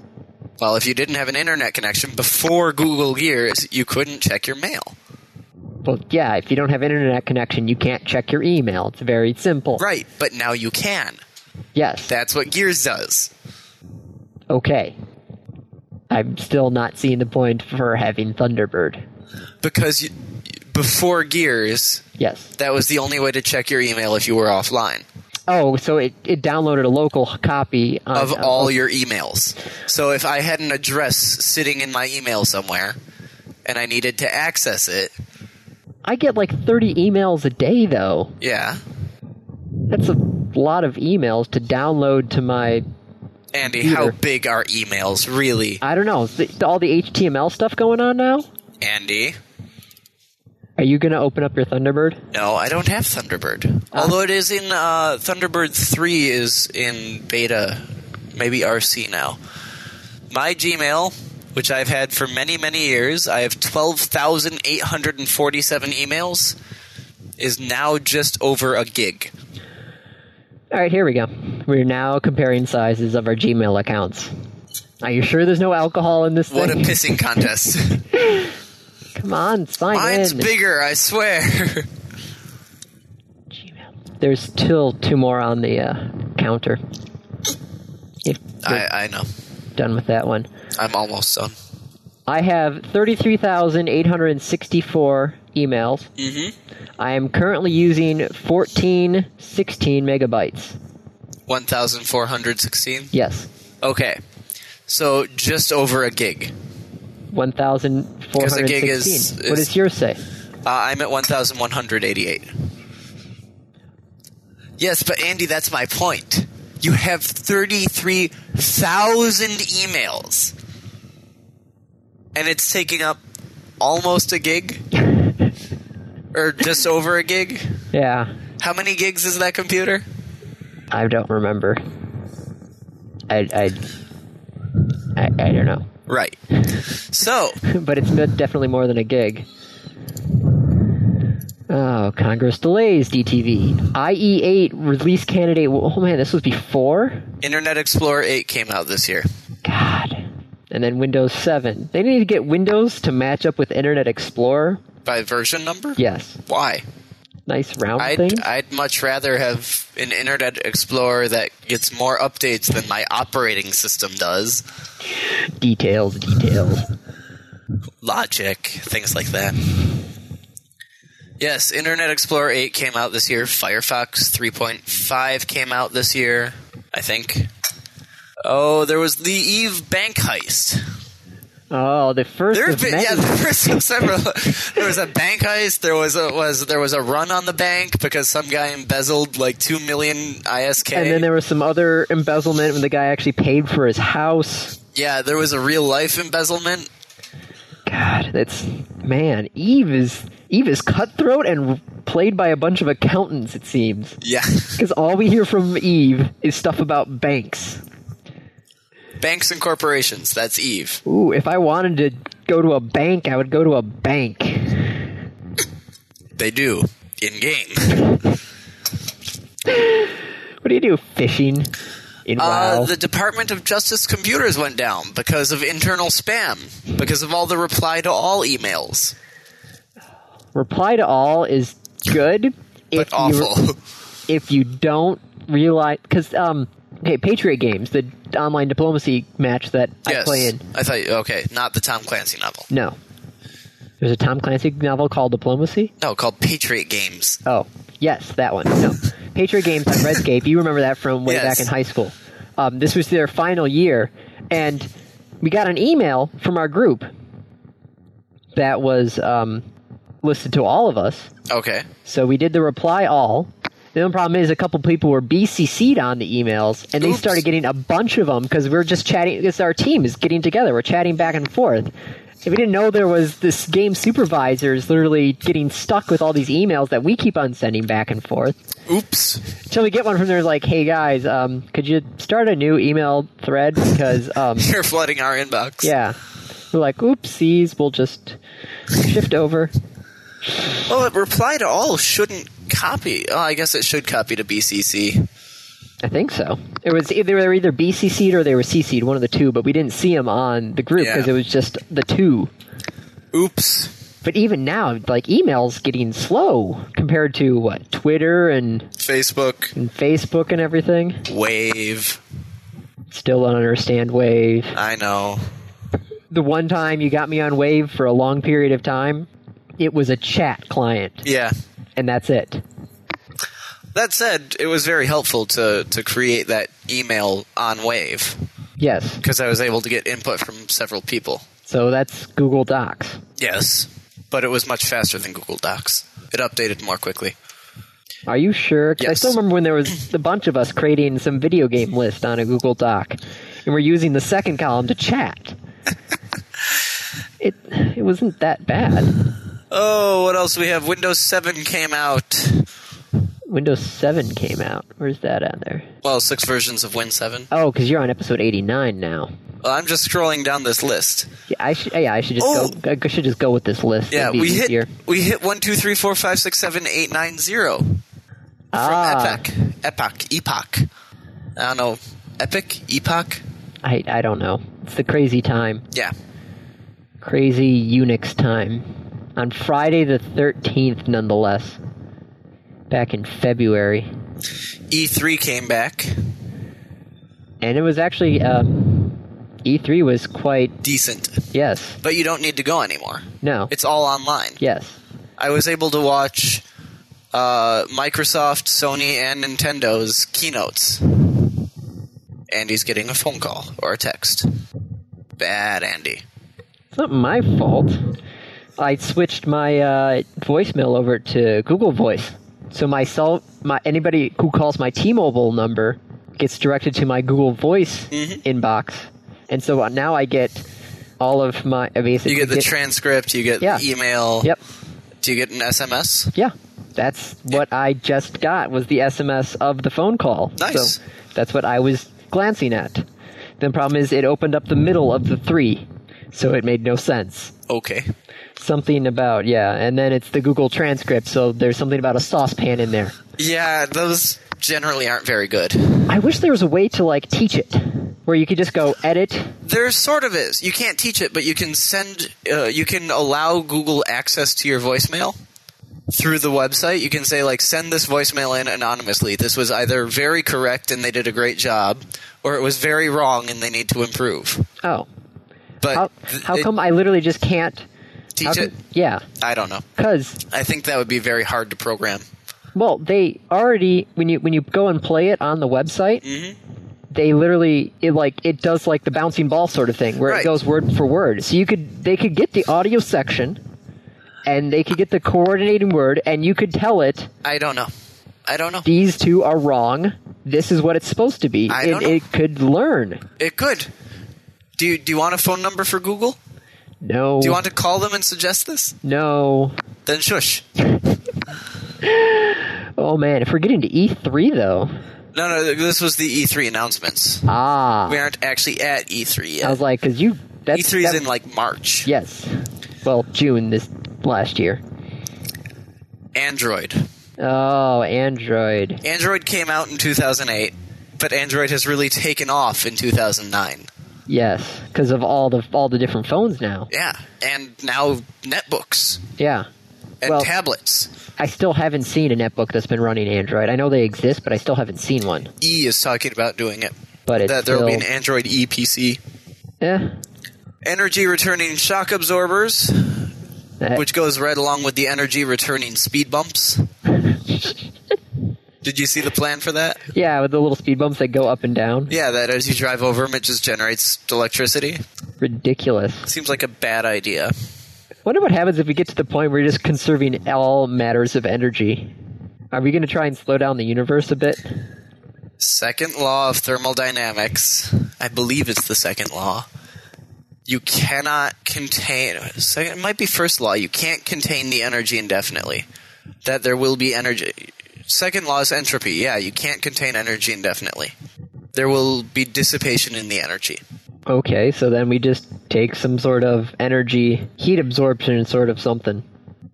Speaker 2: Well, if you didn't have an internet connection before Google Gears, you couldn't check your mail.
Speaker 1: Well, yeah, if you don't have internet connection, you can't check your email. It's very simple.
Speaker 2: Right, but now you can.
Speaker 1: Yes.
Speaker 2: That's what Gears does.
Speaker 1: okay. I'm still not seeing the point for having Thunderbird.
Speaker 2: Because you, before Gears,
Speaker 1: Yes.
Speaker 2: that was the only way to check your email if you were offline
Speaker 1: Oh, so it, it downloaded a local copy on, uh,
Speaker 2: of all your emails. So if I had an address sitting in my email somewhere and I needed to access it,
Speaker 1: I get like 30 emails a day, though.
Speaker 2: yeah,
Speaker 1: That's a lot of emails to download to my.
Speaker 2: Andy,
Speaker 1: Either.
Speaker 2: how big are emails really?
Speaker 1: I don't know. is it- all the HTML stuff going on now?
Speaker 2: Andy,
Speaker 1: Are you going to open up your Thunderbird?
Speaker 2: no, I don't have Thunderbird. Although it is in uh, Thunderbird three is in beta, maybe RC now. My Gmail, which I've had for many many years, I have twelve thousand eight hundred and forty seven emails, is now just over a gig.
Speaker 1: All right, here we go. We're now comparing sizes of our Gmail accounts. Are you sure there's no alcohol in this
Speaker 2: What a
Speaker 1: thing?
Speaker 2: pissing contest!
Speaker 1: Come on, sign
Speaker 2: Mine's
Speaker 1: in.
Speaker 2: bigger, I swear.
Speaker 1: Gmail. There's still two more on the uh, counter. If we're
Speaker 2: I, I know.
Speaker 1: done with that one.
Speaker 2: I'm almost done.
Speaker 1: I have 33,864 emails. Mm-hmm. I am currently using 14, 16 megabytes.
Speaker 2: One thousand four hundred sixteen.
Speaker 1: Yes,
Speaker 2: Okay. So just over a gig.
Speaker 1: 1,416.
Speaker 2: gig is-
Speaker 1: what
Speaker 2: is-
Speaker 1: does yours say?
Speaker 2: Uh, I'm at 1,188. Yes, but Andy, that's my point. You have 33,000 emails. And it's taking up almost a gig? or just over a gig?
Speaker 1: Yeah,
Speaker 2: How many gigs is that computer?
Speaker 1: I don't remember. I I I, I don't know.
Speaker 2: Right. So,
Speaker 1: but it's been definitely more than a gig. Oh, Congress delays DTV. IE8 E release candidate. Oh man, this was before.
Speaker 2: Internet Explorer 8 came out this year.
Speaker 1: God. And then Windows 7. They need to get Windows to match up with Internet Explorer.
Speaker 2: By version number?
Speaker 1: Yes,
Speaker 2: Why?
Speaker 1: nice round thing.
Speaker 2: I'd, I'd much rather have an Internet Explorer that gets more updates than my operating system does.
Speaker 1: details, details.
Speaker 2: Logic, things like that. Yes, Internet Explorer 8 came out this year. Firefox 3.5 came out this year, I think. Oh, there was the Eve bank heist.
Speaker 1: Oh, the first
Speaker 2: There
Speaker 1: of
Speaker 2: have been,
Speaker 1: many.
Speaker 2: yeah, there was several. There was a bank heist. There was a was there was a run on the bank because some guy embezzled like two million ISK.
Speaker 1: and then there was some other embezzlement when the guy actually paid for his house.
Speaker 2: yeah, there was a real life embezzlement.
Speaker 1: God, that's man. Eve is Eve is cutthroat and played by a bunch of accountants. It seems
Speaker 2: Yeah,
Speaker 1: because all we hear from Eve is stuff about banks.
Speaker 2: banks and corporations. That's Eve.
Speaker 1: Ooh, if I wanted to go to a bank, I would go to a bank.
Speaker 2: They do in game.
Speaker 1: What do you do? Fishing in
Speaker 2: Uh,
Speaker 1: WoW.
Speaker 2: the Department of Justice computers went down because of internal spam, because of all the reply to all emails.
Speaker 1: Reply to all is good.
Speaker 2: But
Speaker 1: if You,
Speaker 2: awful.
Speaker 1: if you don't realize, because um, okay, Patriot Games, the online diplomacy match that I
Speaker 2: yes,
Speaker 1: play in.
Speaker 2: I thought. you- Okay, not the Tom Clancy novel.
Speaker 1: No, there's a Tom Clancy novel called Diplomacy.
Speaker 2: No, called Patriot Games.
Speaker 1: Oh, yes, that one. No. Patriot Games on Redscape. You remember that from way
Speaker 2: Yes.
Speaker 1: back in high school. Um, this was their final year, and we got an email from our group that was um, listed to all of us.
Speaker 2: Okay.
Speaker 1: So we did the reply all. The only problem is a couple people were BCC'd on the emails, and they
Speaker 2: Oops.
Speaker 1: started getting a bunch of them because we are just chatting. Because our team is getting together, we're chatting back and forth. And we didn't know there was this game supervisor is literally getting stuck with all these emails that we keep on sending back and forth.
Speaker 2: Oops.
Speaker 1: Until we get one from there like, "Hey guys, um, could you start a new email thread because um,
Speaker 2: You're flooding our inbox.
Speaker 1: yeah." We're like, oopsies, we'll just shift over.
Speaker 2: Well, reply to all shouldn't copy. Oh, I guess it should copy to BCC.
Speaker 1: I think so. It was they were either BCC'd or they were CC'd, one of the two. But we didn't see them on the group
Speaker 2: Yeah.
Speaker 1: because it was just the two.
Speaker 2: Oops.
Speaker 1: But even now, like emails getting slow compared to what Twitter and,
Speaker 2: Facebook.
Speaker 1: and Facebook and everything.
Speaker 2: Wave.
Speaker 1: Still don't understand Wave.
Speaker 2: I know.
Speaker 1: The one time you got me on Wave for a long period of time, it was a chat client,
Speaker 2: Yeah.
Speaker 1: and that's it.
Speaker 2: That said, it was very helpful to, to create that email on Wave
Speaker 1: Yes.
Speaker 2: because I was able to get input from several people.
Speaker 1: So that's Google Docs.
Speaker 2: Yes. But it was much faster than Google Docs. It updated more quickly.
Speaker 1: Are you sure? 'Cause I
Speaker 2: Yes.
Speaker 1: still remember when there was a bunch of us creating some video game list on a Google Doc, and we're using the second column to chat. it it wasn't that bad.
Speaker 2: Oh, what else we have? Windows 7 came out.
Speaker 1: Windows Seven came out. Where's that on there?
Speaker 2: Well, six versions of Win 7.
Speaker 1: Oh, because you're on episode eighty nine now.
Speaker 2: Well, I'm just scrolling down this list.
Speaker 1: Yeah, I should. Yeah, I should just
Speaker 2: Oh.
Speaker 1: go. I should just go with this list.
Speaker 2: Yeah,
Speaker 1: It'd be
Speaker 2: we hit
Speaker 1: easier.
Speaker 2: we hit one two three four five six seven eight nine zero from
Speaker 1: Ah.
Speaker 2: Epic, Epoch, Epoch. I don't know, Epic, Epoch.
Speaker 1: I I don't know. It's the crazy time,
Speaker 2: Yeah,
Speaker 1: crazy Unix time, on Friday the thirteenth, nonetheless. Back in February.
Speaker 2: E three came back
Speaker 1: and it was actually um, E3 was quite
Speaker 2: decent,
Speaker 1: yes,
Speaker 2: but you don't need to go anymore.
Speaker 1: no,
Speaker 2: It's all online.
Speaker 1: yes,
Speaker 2: I was able to watch uh, Microsoft, Sony, and Nintendo's keynotes. Andy's getting a phone call or a text. Bad Andy.
Speaker 1: it's not my fault. I switched my uh, voicemail over to Google Voice, so myself, my anybody who calls my T-Mobile number gets directed to my Google Voice
Speaker 2: Mm-hmm.
Speaker 1: inbox, and so now I get all of my I basically
Speaker 2: You get the transcript. You get
Speaker 1: Yeah.
Speaker 2: the email.
Speaker 1: yep,
Speaker 2: Do you get an SMS?
Speaker 1: yeah. That's what I just got was the SMS of the phone call.
Speaker 2: Nice.
Speaker 1: So that's what I was glancing at. The problem is it opened up the middle of the three so it made no sense.
Speaker 2: Okay.
Speaker 1: Something about, yeah, and then it's the Google transcript, so there's something about a saucepan in there.
Speaker 2: Yeah, those generally aren't very good.
Speaker 1: I wish there was a way to, like, teach it, where you could just go edit.
Speaker 2: There sort of is. You can't teach it, but you can send, uh, you can allow Google access to your voicemail through the website. You can say, like, send this voicemail in anonymously. This was either very correct and they did a great job, or it was very wrong and they need to improve.
Speaker 1: Oh.
Speaker 2: But
Speaker 1: How,
Speaker 2: th-
Speaker 1: how
Speaker 2: Uh, it-
Speaker 1: come I literally just can't? how
Speaker 2: teach
Speaker 1: come-
Speaker 2: it?
Speaker 1: Yeah.
Speaker 2: I don't know.
Speaker 1: Because
Speaker 2: I think that would be very hard to program.
Speaker 1: Well, they already when you when you go and play it on the website,
Speaker 2: Mm-hmm.
Speaker 1: they literally it like it does like the bouncing ball sort of thing where
Speaker 2: Right.
Speaker 1: it goes word for word. So you could they could get the audio section, and they could get the coordinating word, and you could tell it
Speaker 2: I don't know. I don't know.
Speaker 1: these two are wrong. This is what it's supposed to be.
Speaker 2: I
Speaker 1: and
Speaker 2: don't know.
Speaker 1: it could learn.
Speaker 2: It could. Do you, do you want a phone number for Google?
Speaker 1: No,
Speaker 2: Do you want to call them and suggest this?
Speaker 1: no.
Speaker 2: Then shush.
Speaker 1: Oh man, if we're getting to E three though,
Speaker 2: No, no, this was the E3 announcements.
Speaker 1: ah,
Speaker 2: We aren't actually at E3
Speaker 1: I
Speaker 2: yet.
Speaker 1: was like, because you Oh, that's
Speaker 2: E3 is
Speaker 1: that-
Speaker 2: in like March.
Speaker 1: yes, well June this last year.
Speaker 2: Android.
Speaker 1: Oh, Android.
Speaker 2: Android came out in 2008, but Android has really taken off in 2009.
Speaker 1: Yes, because of all the all the different phones now.
Speaker 2: Yeah, and now netbooks
Speaker 1: Yeah,
Speaker 2: and
Speaker 1: Well-
Speaker 2: tablets.
Speaker 1: I still haven't seen a netbook that's been running Android. I know they exist, but I still haven't seen one.
Speaker 2: E is talking about doing it.
Speaker 1: But it's
Speaker 2: that there will be an
Speaker 1: still-
Speaker 2: Android E PC.
Speaker 1: Eh,
Speaker 2: Energy returning shock absorbers,
Speaker 1: eh,
Speaker 2: which goes right along with the energy returning speed bumps. Did you see the plan for that?
Speaker 1: yeah, with the little speed bumps that go up and down.
Speaker 2: Yeah, that as you drive over them, it just generates electricity.
Speaker 1: Ridiculous.
Speaker 2: Seems like a bad idea.
Speaker 1: Wonder what happens if we get to the point where you're just conserving all matters of energy. Are we going to try and slow down the universe a bit?
Speaker 2: Second law of thermodynamics. I believe it's the second law. You cannot contain. Second, it might be first law. You can't contain the energy indefinitely. That there will be energy. Second law is entropy. Yeah, you can't contain energy indefinitely. There will be dissipation in the energy.
Speaker 1: Okay, so then we just take some sort of energy heat absorption sort of something.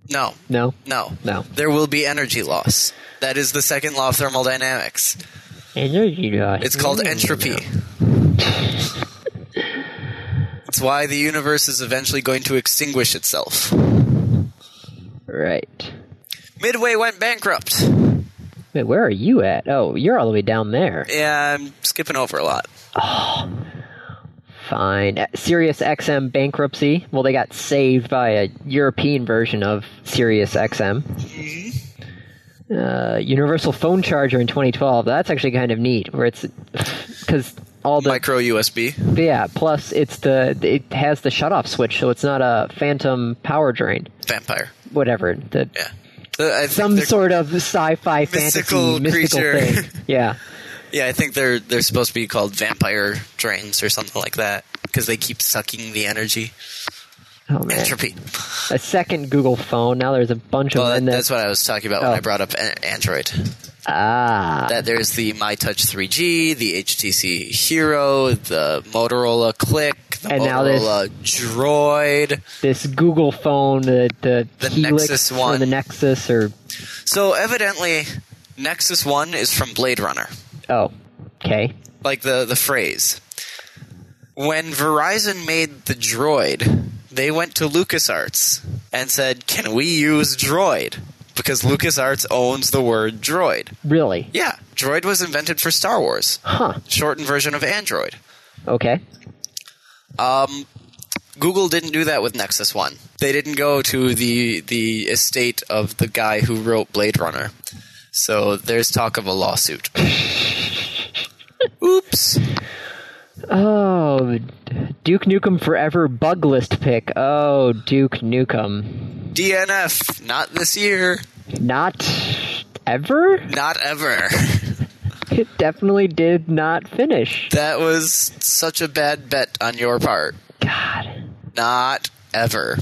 Speaker 2: No,
Speaker 1: No.
Speaker 2: no,
Speaker 1: No.
Speaker 2: There will be energy loss. That is the second law of thermodynamics.
Speaker 1: Energy. uh,
Speaker 2: It's called entropy. it's why the universe is eventually going to extinguish itself.
Speaker 1: Right.
Speaker 2: Midway went bankrupt.
Speaker 1: Wait, where are you at? Oh, you're all the way down there.
Speaker 2: Yeah, I'm skipping over a lot.
Speaker 1: Fine. Uh, Sirius XM bankruptcy. Well, they got saved by a European version of Sirius XM.
Speaker 2: Mm-hmm.
Speaker 1: Uh, universal phone charger in 2012. That's actually kind of neat, where it's because all the
Speaker 2: Micro USB.
Speaker 1: yeah. Plus, it's the it has the shutoff switch, so it's not a phantom power drain.
Speaker 2: Vampire.
Speaker 1: Whatever. The,
Speaker 2: Yeah. The- I think
Speaker 1: Some
Speaker 2: they're-
Speaker 1: sort of sci-fi
Speaker 2: Mystical
Speaker 1: fantasy mystical
Speaker 2: creature.
Speaker 1: thing. Yeah.
Speaker 2: Yeah, I think they're they're supposed to be called vampire drains or something like that because they keep sucking the energy.
Speaker 1: Oh man.
Speaker 2: Entropy.
Speaker 1: A second Google phone. Now there's a bunch of
Speaker 2: Well,
Speaker 1: them.
Speaker 2: that,
Speaker 1: and then-
Speaker 2: that's what I was talking about when
Speaker 1: Oh.
Speaker 2: I brought up an- Android.
Speaker 1: ah.
Speaker 2: that there's the MyTouch 3G, the HTC Hero, the Motorola Click, the
Speaker 1: And now there's-
Speaker 2: Motorola Droid.
Speaker 1: this Google phone, the the,
Speaker 2: The
Speaker 1: Helix
Speaker 2: Nexus
Speaker 1: or
Speaker 2: One.
Speaker 1: the Nexus or
Speaker 2: So evidently, Nexus One is from Blade Runner,
Speaker 1: oh, okay,
Speaker 2: like the the phrase. When Verizon made the Droid, they went to LucasArts and said, "Can we use Droid?" Because LucasArts owns the word Droid.
Speaker 1: really?
Speaker 2: Yeah, Droid was invented for Star Wars,
Speaker 1: Huh?
Speaker 2: shortened version of Android.
Speaker 1: Okay.
Speaker 2: Um, Google didn't do that with Nexus One. They didn't go to the the estate of the guy who wrote Blade Runner. So there's talk of a lawsuit. Oops.
Speaker 1: Oh, Duke Nukem Forever bug list pick. Oh, Duke Nukem,
Speaker 2: DNF. Not this year.
Speaker 1: not ever.
Speaker 2: Not ever.
Speaker 1: It definitely did not finish.
Speaker 2: That was such a bad bet on your part.
Speaker 1: God.
Speaker 2: Not ever.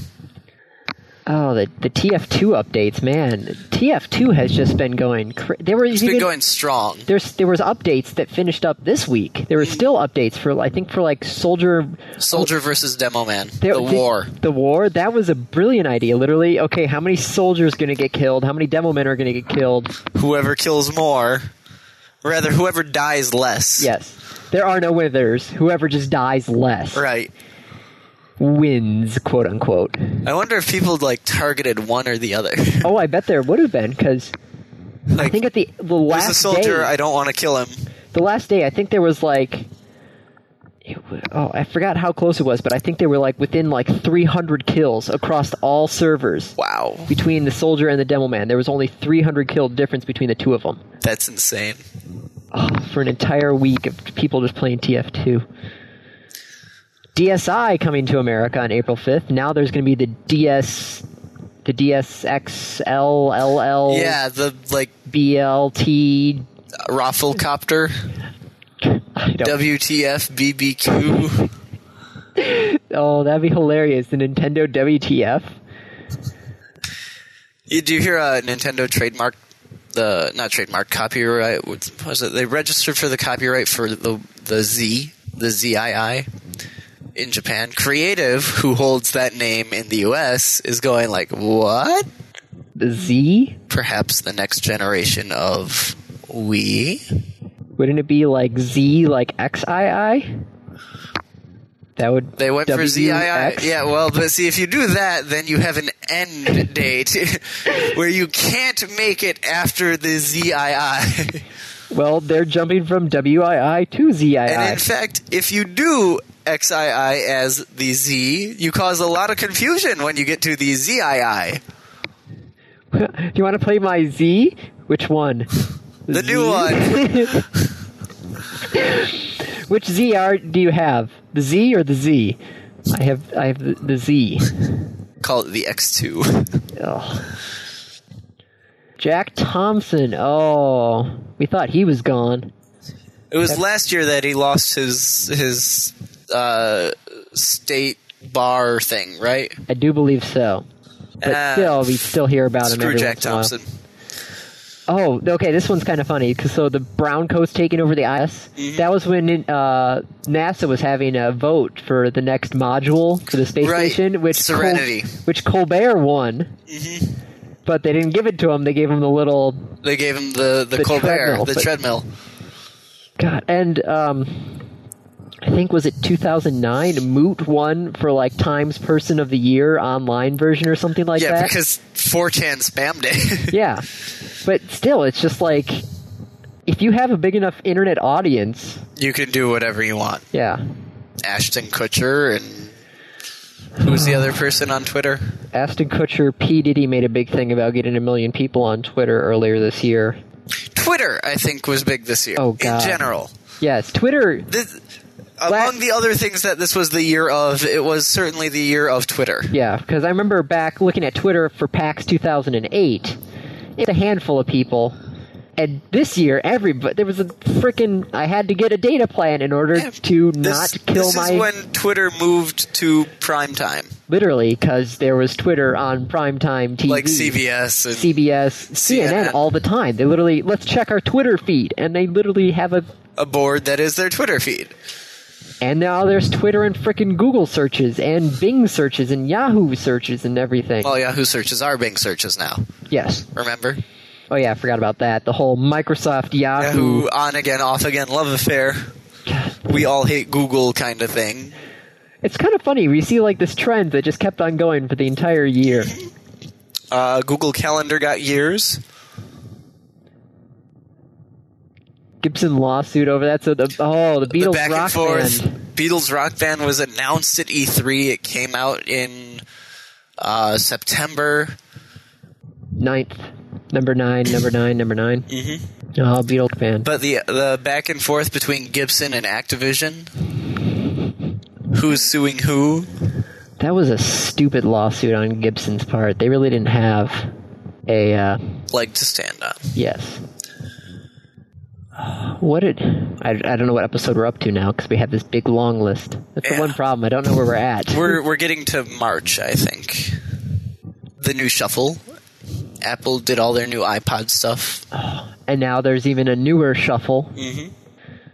Speaker 1: Oh, the, the TF2 updates, man. TF2 has just been going. Cra- there were
Speaker 2: It's
Speaker 1: even,
Speaker 2: been going strong.
Speaker 1: There's there was updates that finished up this week. There were still updates for I think for like soldier.
Speaker 2: Soldier versus Demo Man.
Speaker 1: there-
Speaker 2: the war.
Speaker 1: The war. That was a brilliant idea. Literally, okay, how many soldiers going to get killed? How many demo men are going to get killed?
Speaker 2: Whoever kills more, or rather, whoever dies less.
Speaker 1: Yes. There are no withers. Whoever just dies less
Speaker 2: Right.
Speaker 1: wins, quote unquote.
Speaker 2: I wonder if people like targeted one or the other.
Speaker 1: Oh, I bet there would have been because
Speaker 2: like,
Speaker 1: I think at the the
Speaker 2: there's
Speaker 1: last
Speaker 2: a soldier.
Speaker 1: day,
Speaker 2: I don't want to kill him.
Speaker 1: the last day, I think there was like. It wa- Oh, I forgot how close it was, but I think they were like within like 300 kills across all servers
Speaker 2: Wow,
Speaker 1: between the soldier and the demo man. There was only 300 kill difference between the two of them
Speaker 2: that's insane.
Speaker 1: for an entire week of people just playing TF2. DSI coming to America on April 5th. Now there's going to be the DS, the DSXLLL,
Speaker 2: Yeah, the like
Speaker 1: BLT.
Speaker 2: raffle copter,
Speaker 1: I don't-
Speaker 2: WTF, BBQ.
Speaker 1: oh, that'd be hilarious. The Nintendo WTF.
Speaker 2: you do hear uh, Nintendo trademark the not trademark copyright? What was it? They registered for the copyright for the the Z the ZII in Japan. Creative, who holds that name in the U.S., is going like what?
Speaker 1: The Z?
Speaker 2: Perhaps the next generation of we.
Speaker 1: Wouldn't it be like Z, like XII? That would.
Speaker 2: They went for
Speaker 1: WX?
Speaker 2: ZII. Yeah, well, but see, if you do that, then you have an end date where you can't make it after the ZII. and
Speaker 1: Well, they're jumping from WII to ZII.
Speaker 2: in fact, if you do XII as the Z, you cause a lot of confusion when you get to the ZII.
Speaker 1: Do you want to play my Z? Which one?
Speaker 2: The new one.
Speaker 1: Which ZR do you have? The Z or the Z? I have I have the, the Z.
Speaker 2: Call it the X2.
Speaker 1: Ugh. Jack Thompson. Oh, we thought he was gone.
Speaker 2: It was last year that he lost his his uh, state bar thing, right?
Speaker 1: I do believe so. But
Speaker 2: Ah,
Speaker 1: still, we still hear about him.
Speaker 2: Screw
Speaker 1: every
Speaker 2: Jack
Speaker 1: once in a while.
Speaker 2: Thompson.
Speaker 1: Oh, okay. This one's kind of funny. 'cause so the brown coats taking over the IS.
Speaker 2: Mm-hmm.
Speaker 1: That was when uh, NASA was having a vote for the next module for the space
Speaker 2: Right.
Speaker 1: station, which Col-
Speaker 2: Serenity.
Speaker 1: which Colbert won. But they didn't give it to him. They gave him the little
Speaker 2: Mm-hmm. They gave him the, the,
Speaker 1: The
Speaker 2: Colbert,
Speaker 1: treadmill,
Speaker 2: the
Speaker 1: but-
Speaker 2: treadmill.
Speaker 1: God. And um, I think was it 2009? Moot won for like Times Person of the Year online version or something like
Speaker 2: Yeah,
Speaker 1: that.
Speaker 2: because 4chan spammed it.
Speaker 1: yeah but still it's just like if you have a big enough internet audience
Speaker 2: you can do whatever you want.
Speaker 1: yeah
Speaker 2: Ashton Kutcher and who's the other person on Twitter?
Speaker 1: ashton kutcher p diddy made a big thing about getting a million people on twitter earlier this year
Speaker 2: Twitter, I think, was big this year.
Speaker 1: Oh, God.
Speaker 2: In general,
Speaker 1: yes twitter
Speaker 2: this, among the other things that this was the year of, it was certainly the year of Twitter.
Speaker 1: yeah because i remember back looking at twitter for pax 2008 it's a handful of people and this year everybody there was a freaking i had to get a data plan in order to
Speaker 2: This,
Speaker 1: not kill
Speaker 2: this
Speaker 1: my
Speaker 2: is when Twitter moved to prime time,
Speaker 1: literally because there was twitter on primetime tv
Speaker 2: like CBS and
Speaker 1: CBS, CNN,
Speaker 2: CNN.
Speaker 1: all the time. They literally let's check our Twitter feed, and they literally have a.
Speaker 2: a board that is their Twitter feed.
Speaker 1: And now there's Twitter and frickin' Google searches and Bing searches and Yahoo searches and everything.
Speaker 2: Well, Yahoo searches are Bing searches now.
Speaker 1: yes.
Speaker 2: Remember
Speaker 1: Oh yeah, I forgot about that. The whole Microsoft Yahoo.
Speaker 2: Yahoo on again, off again, love affair. we all hate Google kind of thing.
Speaker 1: It's kind of funny. We see like this trend that just kept on going for the entire year.
Speaker 2: Uh, Google Calendar got years.
Speaker 1: Gibson lawsuit over that. So the oh the Beatles
Speaker 2: the back
Speaker 1: rock
Speaker 2: and forth.
Speaker 1: band.
Speaker 2: Beatles Rock Band was announced at E3. It came out in uh, September.
Speaker 1: ninth. Number nine, number nine, number 9 Mm-hmm. Oh, Beatles band.
Speaker 2: But the the back and forth between Gibson and Activision. Who's suing who?
Speaker 1: That was a stupid lawsuit on Gibson's part. They really didn't have a uh,
Speaker 2: Leg to stand on.
Speaker 1: yes. What did I, I don't know what episode we're up to now because we have this big long list. That's
Speaker 2: Yeah.
Speaker 1: the one problem. I don't know where we're at.
Speaker 2: We're we're getting to March, I think. The the new Shuffle. Apple did all their new iPod stuff.
Speaker 1: And now there's even a newer shuffle.
Speaker 2: Mm-hmm.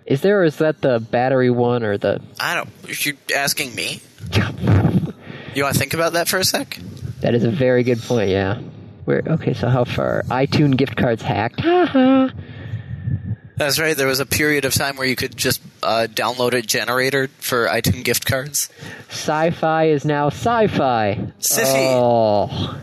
Speaker 1: Is there, or is that the battery one or the.
Speaker 2: I don't. You're asking me. You want to think about that for a sec?
Speaker 1: That is a very good point, yeah. Where, okay, so how far? iTunes gift cards hacked. Haha.
Speaker 2: That's right. There was a period of time where you could just uh, download a generator for iTunes gift cards.
Speaker 1: sci fi is now sci fi.
Speaker 2: Sissy.
Speaker 1: Oh.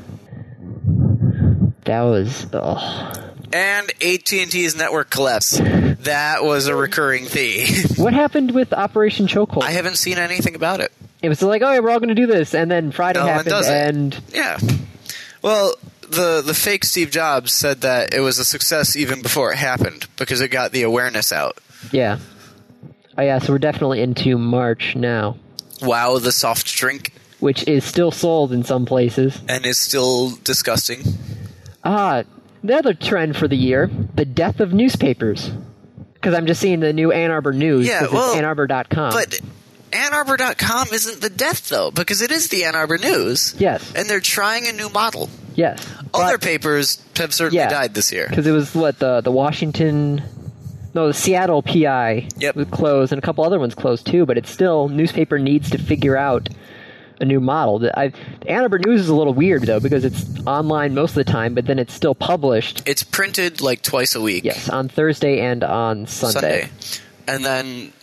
Speaker 1: That was. Oh.
Speaker 2: And AT&T's network collapse. That was a recurring theme.
Speaker 1: What happened with Operation Chokehold?
Speaker 2: I haven't seen anything about it.
Speaker 1: it was like, oh, yeah, we're all going to do this. And then Friday
Speaker 2: No, it
Speaker 1: happened,
Speaker 2: doesn't.
Speaker 1: and.
Speaker 2: Yeah. Well, the the fake Steve Jobs said that it was a success even before it happened because it got the awareness out.
Speaker 1: Yeah. Oh, yeah, so we're definitely into March now,
Speaker 2: Wow, the soft drink
Speaker 1: which is still sold in some places.
Speaker 2: and is still disgusting.
Speaker 1: Ah, the other trend for the year the death of newspapers. Because I'm just seeing the new Ann Arbor News.
Speaker 2: Yeah,
Speaker 1: 'cause
Speaker 2: well,
Speaker 1: it's AnnArbor.com.
Speaker 2: But AnnArbor.com isn't the death though because it is the Ann Arbor News.
Speaker 1: yes,
Speaker 2: And they're trying a new model.
Speaker 1: yes.
Speaker 2: Other papers have certainly
Speaker 1: Yeah.
Speaker 2: died this year.
Speaker 1: Because it was what the the Washington, no, the Seattle PI
Speaker 2: Yep.
Speaker 1: was closed, and a couple other ones closed too. But it's still newspaper needs to figure out a new model. The, I, the Ann Arbor News is a little weird though because it's online most of the time, but then it's still published
Speaker 2: It's printed like twice a week.
Speaker 1: Yes, on Thursday and on Sunday.
Speaker 2: Sunday. And then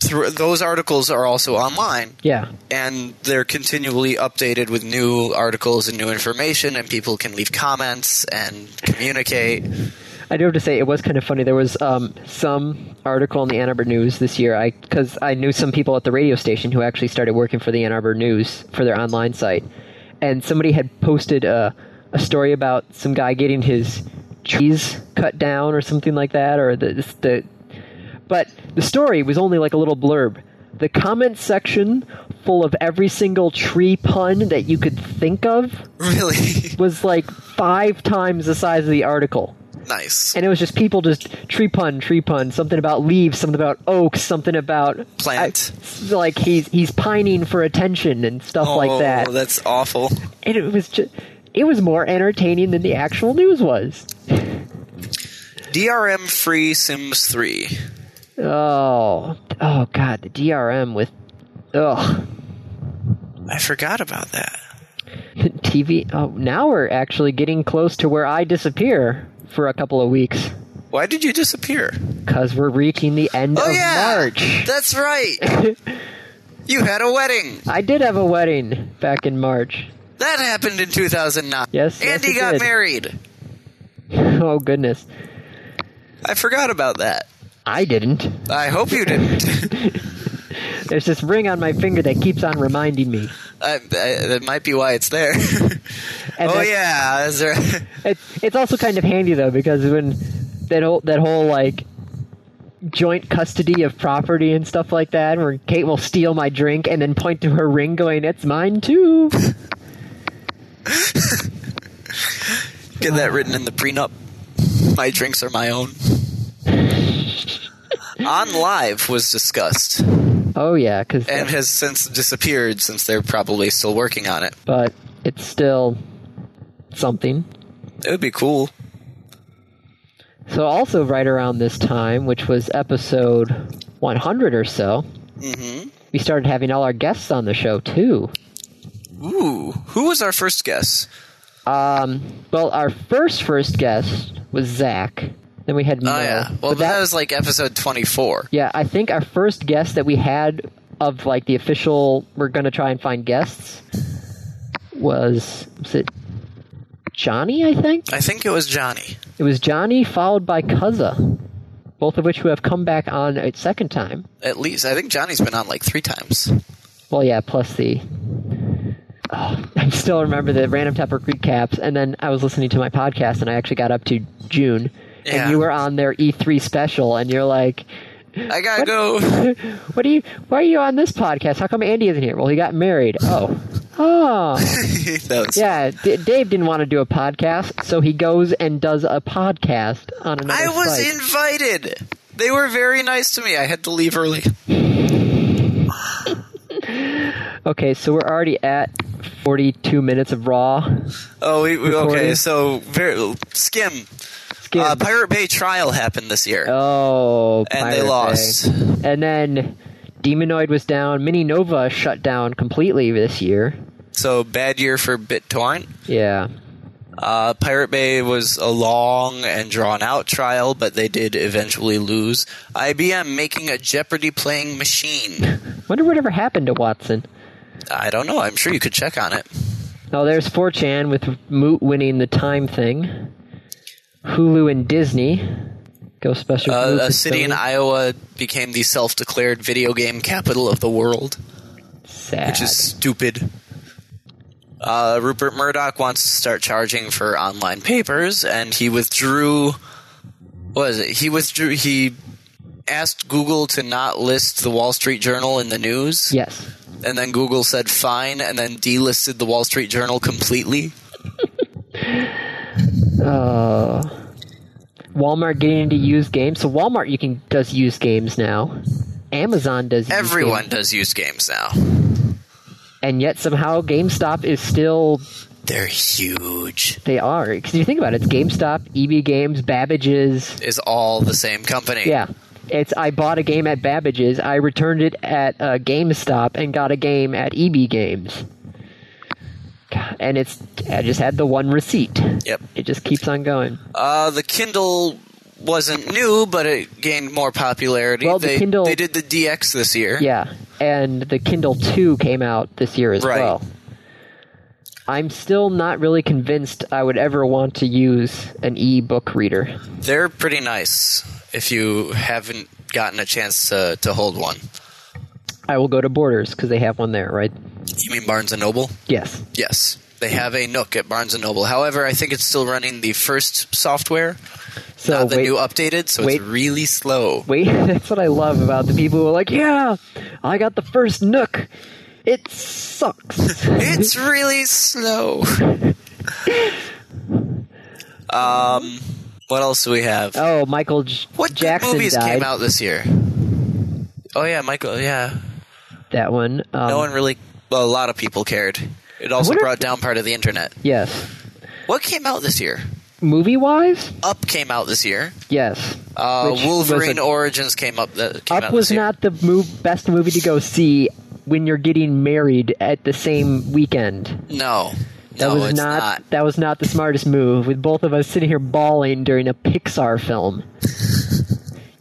Speaker 2: thro- those articles are also online.
Speaker 1: Yeah.
Speaker 2: and they're continually updated with new articles and new information and people can leave comments and communicate
Speaker 1: I do have to say it was kind of funny. There was um, some article in the Ann Arbor News this year. I because I knew some people at the radio station who actually started working for the Ann Arbor News for their online site, and somebody had posted a a story about some guy getting his trees cut down or something like that, or the the. But the story was only like a little blurb. The comment section, full of every single tree pun that you could think of,
Speaker 2: really
Speaker 1: was like five times the size of the article.
Speaker 2: nice
Speaker 1: And it was just people just tree pun, tree pun, something about leaves, something about oaks, something about
Speaker 2: Plant.
Speaker 1: I- like he's he's pining for attention and stuff like that.
Speaker 2: oh that's awful
Speaker 1: And it was just it was more entertaining than the actual news was.
Speaker 2: drm free sims 3
Speaker 1: Oh, oh god, the DRM with oh
Speaker 2: i forgot about that
Speaker 1: TV. Oh, now we're actually getting close to where I disappear for a couple of weeks
Speaker 2: why did you disappear
Speaker 1: because we're reaching the end
Speaker 2: oh
Speaker 1: of
Speaker 2: yeah
Speaker 1: March.
Speaker 2: that's right you had a wedding
Speaker 1: I did have a wedding back in March.
Speaker 2: that happened in 2009
Speaker 1: Yes, yes,
Speaker 2: andy
Speaker 1: it
Speaker 2: got
Speaker 1: did.
Speaker 2: married
Speaker 1: Oh goodness,
Speaker 2: i forgot about that
Speaker 1: I didn't.
Speaker 2: i hope you didn't
Speaker 1: There's this ring on my finger that keeps on reminding me.
Speaker 2: I, I, that might be why it's there
Speaker 1: And
Speaker 2: oh
Speaker 1: that's-
Speaker 2: yeah that's right
Speaker 1: It's it's also kind of handy though because when that whole that whole like joint custody of property and stuff like that, where Kate will steal my drink and then point to her ring, going, "It's mine too."
Speaker 2: Get that written in the prenup. My drinks are my own. On Live was discussed
Speaker 1: oh yeah, because
Speaker 2: and has since disappeared since they're probably still working on it.
Speaker 1: but it's still something.
Speaker 2: It would be cool.
Speaker 1: So also right around this time, which was episode 100 or so,
Speaker 2: Mm-hmm.
Speaker 1: we started having all our guests on the show too.
Speaker 2: Ooh, who was our first guest?
Speaker 1: Um, well, our first first guest was Zach. Then we had Mo.
Speaker 2: Oh yeah. Well,
Speaker 1: But
Speaker 2: that, was like episode twenty-four.
Speaker 1: yeah, I think our first guest that we had of like the official, we're gonna try and find guests was was it Johnny? I think
Speaker 2: I think it was Johnny.
Speaker 1: it was Johnny followed by Cuzza, both of which who have come back on a second time.
Speaker 2: At least I think Johnny's been on like three times.
Speaker 1: Well, yeah, plus the. Oh, I still remember the random topic recaps, and then I was listening to my podcast, and I actually got up to June,
Speaker 2: Yeah.
Speaker 1: and you were on their E3 special, and you're like,
Speaker 2: I gotta go.
Speaker 1: "What are you? Why are you on this podcast? How come Andy isn't here? Well, he got married. Oh, oh,
Speaker 2: that was,
Speaker 1: yeah. D- Dave didn't want to do a podcast, so he goes and does a podcast on another.
Speaker 2: I was
Speaker 1: site.
Speaker 2: invited. They were very nice to me. I had to leave early.
Speaker 1: Okay, so we're already at 42 minutes of Raw.
Speaker 2: Oh, we, we, okay.
Speaker 1: Recording.
Speaker 2: So very, skim.
Speaker 1: Skim.
Speaker 2: Uh, Pirate Bay trial happened this year.
Speaker 1: oh,
Speaker 2: And they
Speaker 1: Pirate Bay.
Speaker 2: lost.
Speaker 1: And then Demonoid was down. Mini Nova shut down completely this year.
Speaker 2: So bad year for BitTorrent.
Speaker 1: Yeah.
Speaker 2: Uh, Pirate Bay was a long and drawn out trial, but they did eventually lose. IBM making a Jeopardy playing machine.
Speaker 1: Wonder whatever happened to Watson.
Speaker 2: I don't know. I'm sure you could check on it.
Speaker 1: Oh, there's 4chan with Moot winning the time thing. Hulu and Disney. Go special.
Speaker 2: Uh,
Speaker 1: group
Speaker 2: a
Speaker 1: is
Speaker 2: city in
Speaker 1: Sony.
Speaker 2: Iowa became the self declared video game capital of the world,
Speaker 1: Sad.
Speaker 2: which is stupid. Uh, Rupert Murdoch wants to start charging for online papers, and he withdrew. What is it? He withdrew. He asked Google to not list the Wall Street Journal in the news.
Speaker 1: yes.
Speaker 2: and then Google said fine, and then delisted the Wall Street Journal completely.
Speaker 1: Uh, Walmart getting into used games. So Walmart, you can does used games now. Amazon does. used
Speaker 2: Everyone
Speaker 1: games.
Speaker 2: does use games now.
Speaker 1: and yet somehow GameStop is still
Speaker 2: They're huge.
Speaker 1: they are because you think about it, it's GameStop, EB Games, Babbage's.
Speaker 2: Is all the same company.
Speaker 1: Yeah, it's I bought a game at Babbage's, I returned it at uh, GameStop, and got a game at EB Games. God, And it's I just had the one receipt.
Speaker 2: Yep.
Speaker 1: It just keeps on going.
Speaker 2: Uh, the Kindle wasn't new, but it gained more popularity.
Speaker 1: Well, the
Speaker 2: they,
Speaker 1: Kindle-
Speaker 2: they did the DX this year.
Speaker 1: Yeah, and the Kindle 2 came out this year as
Speaker 2: Right.
Speaker 1: well. I'm still not really convinced I would ever want to use an e-book reader.
Speaker 2: They're pretty nice if you haven't gotten a chance to, to hold one.
Speaker 1: I will go to Borders because they have one there, right?
Speaker 2: You mean Barnes and Noble?
Speaker 1: Yes.
Speaker 2: Yes. They have a Nook at Barnes and Noble. However, I think it's still running the first software,
Speaker 1: So
Speaker 2: not the
Speaker 1: wait,
Speaker 2: new updated, so
Speaker 1: wait.
Speaker 2: it's really slow.
Speaker 1: wait, that's what I love about the people who are like, "Yeah, I got the first Nook. It sucks."
Speaker 2: It's really slow. um, Um, what else do we have?
Speaker 1: oh, Michael J-
Speaker 2: what good
Speaker 1: Jackson
Speaker 2: movies
Speaker 1: died.
Speaker 2: came out this year? Oh yeah, Michael. Yeah,
Speaker 1: That one. Um,
Speaker 2: no one really. Well, a lot of people cared. It also
Speaker 1: wonder-
Speaker 2: brought down part of the internet.
Speaker 1: Yes.
Speaker 2: What came out this year?
Speaker 1: Movie wise,
Speaker 2: Up came out this year.
Speaker 1: yes.
Speaker 2: Uh,
Speaker 1: Which was
Speaker 2: Wolverine
Speaker 1: a-
Speaker 2: Origins came up. That came
Speaker 1: Up
Speaker 2: out
Speaker 1: was
Speaker 2: this year.
Speaker 1: not the move, best movie to go see when you're getting married at the same weekend.
Speaker 2: No,
Speaker 1: That
Speaker 2: no,
Speaker 1: was
Speaker 2: it's
Speaker 1: not,
Speaker 2: not.
Speaker 1: That was not the smartest move. With both of us sitting here bawling during a Pixar film.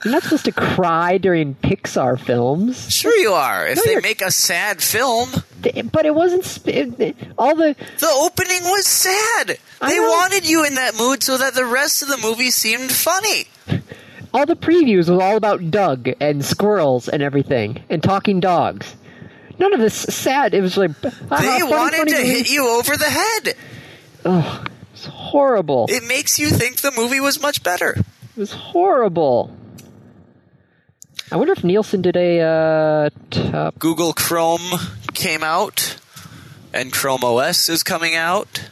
Speaker 1: you're not supposed to cry during Pixar films.
Speaker 2: Sure, you are. If
Speaker 1: No,
Speaker 2: they
Speaker 1: you're-
Speaker 2: make a sad film,
Speaker 1: Th- But it wasn't sp- it- it- all the.
Speaker 2: The opening was sad. They
Speaker 1: I know.
Speaker 2: wanted you in that mood so that the rest of the movie seemed funny.
Speaker 1: all the previews was all about Doug and squirrels and everything and talking dogs. None of this sad. It was like ah,
Speaker 2: They
Speaker 1: funny,
Speaker 2: wanted
Speaker 1: funny
Speaker 2: to
Speaker 1: movie.
Speaker 2: hit you over the head.
Speaker 1: It's horrible. It
Speaker 2: It makes you think the movie was much better.
Speaker 1: was horrible. I wonder if Nielsen did a uh, top.
Speaker 2: Google Chrome came out, and Chrome OS is coming out.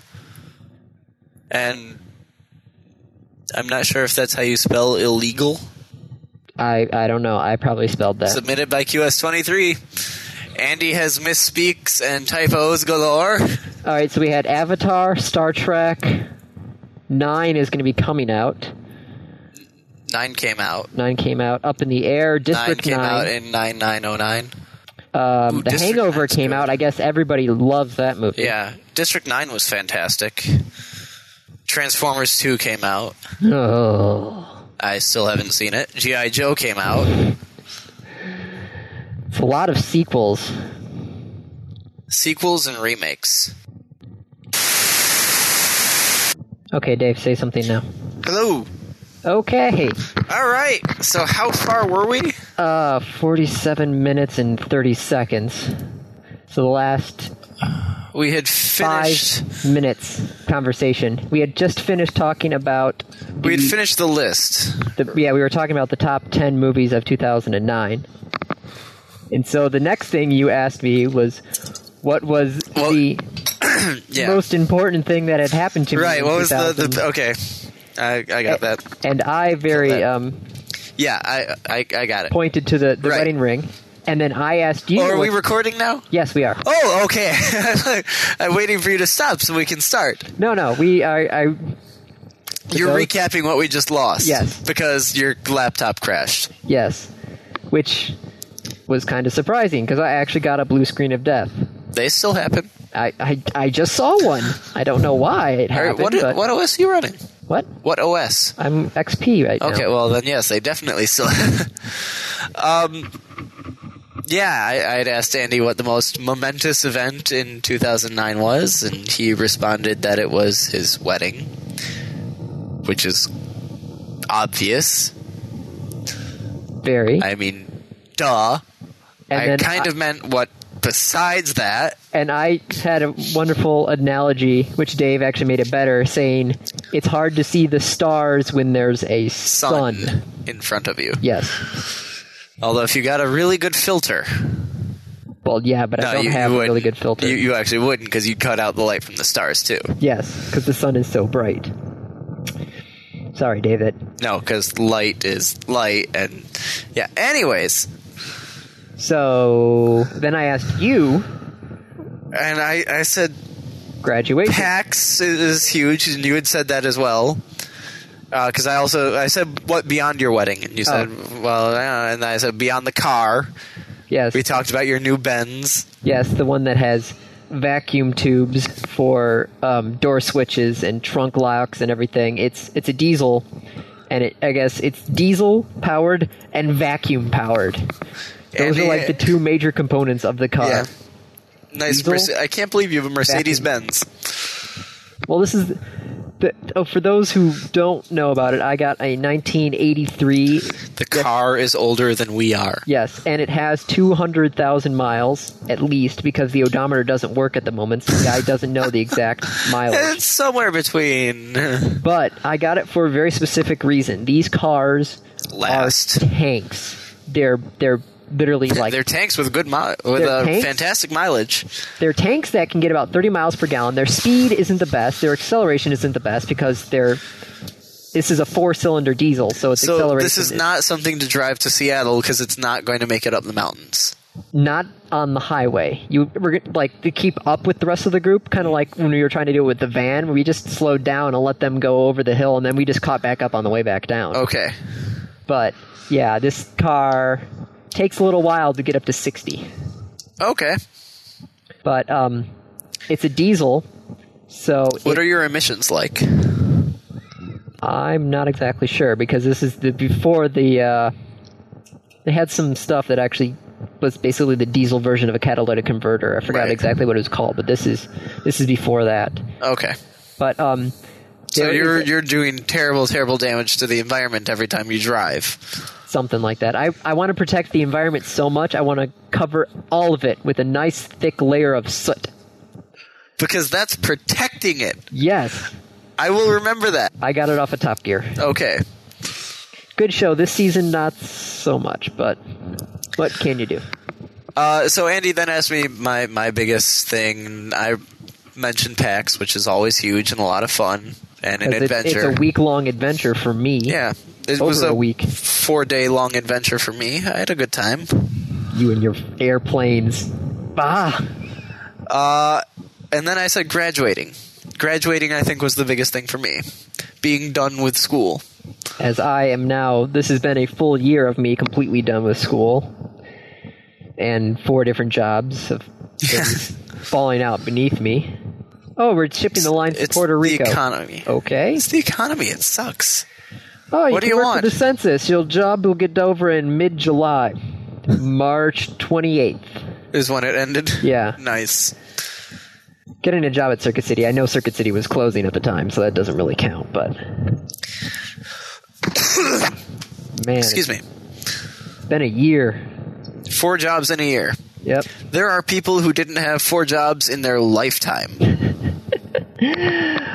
Speaker 2: And I'm not sure if that's how you spell illegal.
Speaker 1: I I don't know. I probably spelled that.
Speaker 2: Submitted by QS23. Andy has misspeaks and typos galore.
Speaker 1: All right, so we had Avatar, Star Trek. Nine is going to be coming out.
Speaker 2: Nine came out.
Speaker 1: Nine came out. Up in the air.
Speaker 2: Nine oh
Speaker 1: District
Speaker 2: came
Speaker 1: Nine.
Speaker 2: out in 9909.
Speaker 1: um,
Speaker 2: Ooh,
Speaker 1: the
Speaker 2: District
Speaker 1: Hangover
Speaker 2: Nine's
Speaker 1: came
Speaker 2: good.
Speaker 1: out. I guess everybody loves that movie.
Speaker 2: Yeah, District 9 was fantastic. Transformers 2 came out.
Speaker 1: Oh,
Speaker 2: I still haven't seen it. G.I. Joe came out.
Speaker 1: it's a lot of sequels.
Speaker 2: Sequels and remakes.
Speaker 1: Okay, Dave, say something now.
Speaker 2: Hello.
Speaker 1: Okay.
Speaker 2: All right. So, how far were we?
Speaker 1: Uh, 47 minutes and 30 seconds. So the last
Speaker 2: We had
Speaker 1: five
Speaker 2: finished.
Speaker 1: minutes conversation. We had just finished talking about.
Speaker 2: We had
Speaker 1: the-
Speaker 2: finished the list.
Speaker 1: the, yeah, we were talking about the top 10 movies of 2009. And so the next thing you asked me was what was
Speaker 2: Well,
Speaker 1: the
Speaker 2: Yeah.
Speaker 1: most important thing that had happened to me.
Speaker 2: right.
Speaker 1: in
Speaker 2: What was the,
Speaker 1: 2000?
Speaker 2: the okay? I, I got
Speaker 1: Uh,
Speaker 2: that.
Speaker 1: And I very
Speaker 2: that.
Speaker 1: um,
Speaker 2: Yeah, I I, I got it.
Speaker 1: pointed to the, the
Speaker 2: Right.
Speaker 1: wedding ring. and then I asked you.
Speaker 2: Or are we
Speaker 1: what-
Speaker 2: recording now?
Speaker 1: yes, we are.
Speaker 2: Oh, okay. I'm waiting for you to stop so we can start.
Speaker 1: No, no, we are. I
Speaker 2: You're
Speaker 1: those-
Speaker 2: recapping what we just lost.
Speaker 1: Yes.
Speaker 2: Because your laptop crashed.
Speaker 1: yes, which was kind of surprising because I actually got a blue screen of death.
Speaker 2: They still happen.
Speaker 1: I, I, I just saw one. I don't know why it
Speaker 2: All right,
Speaker 1: happened.
Speaker 2: what,
Speaker 1: but,
Speaker 2: what OS are you running?
Speaker 1: what?
Speaker 2: What OS?
Speaker 1: I'm XP right
Speaker 2: Okay,
Speaker 1: now.
Speaker 2: well then, yes, they definitely still. um, yeah, I, I'd asked Andy what the most momentous event in 2009 was, and he responded that it was his wedding, which is obvious.
Speaker 1: Very.
Speaker 2: I mean, duh.
Speaker 1: and
Speaker 2: I
Speaker 1: then
Speaker 2: kind
Speaker 1: I-
Speaker 2: of meant what besides that.
Speaker 1: and I had a wonderful analogy, which Dave actually made it better, saying it's hard to see the stars when there's a
Speaker 2: Sun,
Speaker 1: sun.
Speaker 2: in front of you.
Speaker 1: Yes.
Speaker 2: Although, if you got a really good filter,
Speaker 1: Well, yeah, but I don't have a really
Speaker 2: wouldn't.
Speaker 1: good filter.
Speaker 2: You, you actually wouldn't because you'd cut out the light from the stars too.
Speaker 1: yes, because the sun is so bright. Sorry, David.
Speaker 2: No, because light is light, and yeah. Anyways,
Speaker 1: So then I asked you
Speaker 2: and I, I said
Speaker 1: graduation.
Speaker 2: PAX is huge, and you had said that as well. Because I also I said what beyond your wedding, and you
Speaker 1: Oh.
Speaker 2: said well, yeah, and I said beyond the car.
Speaker 1: yes,
Speaker 2: We talked about your new Benz.
Speaker 1: yes, the one that has vacuum tubes for um, door switches and trunk locks and everything. It's it's a diesel, and it I guess it's diesel powered and vacuum powered. Those
Speaker 2: And
Speaker 1: are like
Speaker 2: it-
Speaker 1: the two major components of the car.
Speaker 2: Yeah. Nice.
Speaker 1: Diesel?
Speaker 2: Merce- I can't believe you have a Mercedes Benz.
Speaker 1: Well, this is. The, oh, for those who don't know about it, I got a 1983.
Speaker 2: The car is older than we are.
Speaker 1: Yes, and it has 200,000 miles at least because the odometer doesn't work at the moment. So the guy doesn't know the exact mileage.
Speaker 2: It's somewhere between. uh,
Speaker 1: But I got it for a very specific reason. These cars
Speaker 2: Last.
Speaker 1: are tanks. They're they're literally like
Speaker 2: they're
Speaker 1: they're,
Speaker 2: tanks with good mi- with
Speaker 1: They're
Speaker 2: a
Speaker 1: tanks?
Speaker 2: fantastic mileage.
Speaker 1: tanks that can get about 30 miles per gallon. Their speed isn't the best. Their acceleration isn't the best because they're this is a four-cylinder diesel, so its
Speaker 2: So
Speaker 1: acceleration
Speaker 2: this is not something to drive to Seattle because it's not going to make it up the mountains.
Speaker 1: not on the highway. You were like to keep up with the rest of the group, kind of like when we were trying to do it with the van. We just slowed down and let them go over the hill, and then we just caught back up on the way back down.
Speaker 2: Okay.
Speaker 1: But yeah, this car takes a little while to get up to sixty,
Speaker 2: Okay.
Speaker 1: but um, it's a diesel, so
Speaker 2: What
Speaker 1: it-
Speaker 2: are your emissions like?
Speaker 1: I'm not exactly sure because this is the before the uh, they had some stuff that actually was basically the diesel version of a catalytic converter. I forgot
Speaker 2: Right.
Speaker 1: exactly what it was called, but this is this is before that.
Speaker 2: Okay.
Speaker 1: But um,
Speaker 2: So
Speaker 1: there
Speaker 2: you're
Speaker 1: is
Speaker 2: you're doing terrible terrible damage to the environment every time you drive.
Speaker 1: something like that. I I want to protect the environment so much. I want to cover all of it with a nice thick layer of soot.
Speaker 2: Because that's protecting it.
Speaker 1: Yes,
Speaker 2: I will remember that.
Speaker 1: I got it off of Top Gear.
Speaker 2: Okay.
Speaker 1: Good show this season, not so much, but what can you do?
Speaker 2: Uh, so Andy then asked me my, my biggest thing. I mentioned PAX, which is always huge and a lot of fun and an
Speaker 1: 'Cause it's-
Speaker 2: adventure.
Speaker 1: it's a week long adventure for me.
Speaker 2: Yeah, it was
Speaker 1: Over
Speaker 2: a,
Speaker 1: a week.
Speaker 2: four day long adventure for me. I had a good time.
Speaker 1: You and your airplanes. Bah.
Speaker 2: Uh, and then I said graduating. Graduating, I think, was the biggest thing for me. Being done with school.
Speaker 1: As I am now, this has been a full year of me completely done with school and four different jobs of things falling out beneath me. Oh, we're shipping the line to
Speaker 2: It's
Speaker 1: Puerto Rico.
Speaker 2: the economy.
Speaker 1: Okay.
Speaker 2: It's the economy. It sucks.
Speaker 1: Oh, you
Speaker 2: What do
Speaker 1: can
Speaker 2: you
Speaker 1: work
Speaker 2: want?
Speaker 1: For the census. Your job will get over in mid July. March 28th.
Speaker 2: Is when it ended.
Speaker 1: Yeah.
Speaker 2: Nice.
Speaker 1: Getting a job at Circuit City. I know Circuit City was closing at the time, so that doesn't really count, but. Man,
Speaker 2: Excuse me.
Speaker 1: it's been a year.
Speaker 2: Four jobs in a year.
Speaker 1: Yep.
Speaker 2: There are people who didn't have four jobs in their lifetime.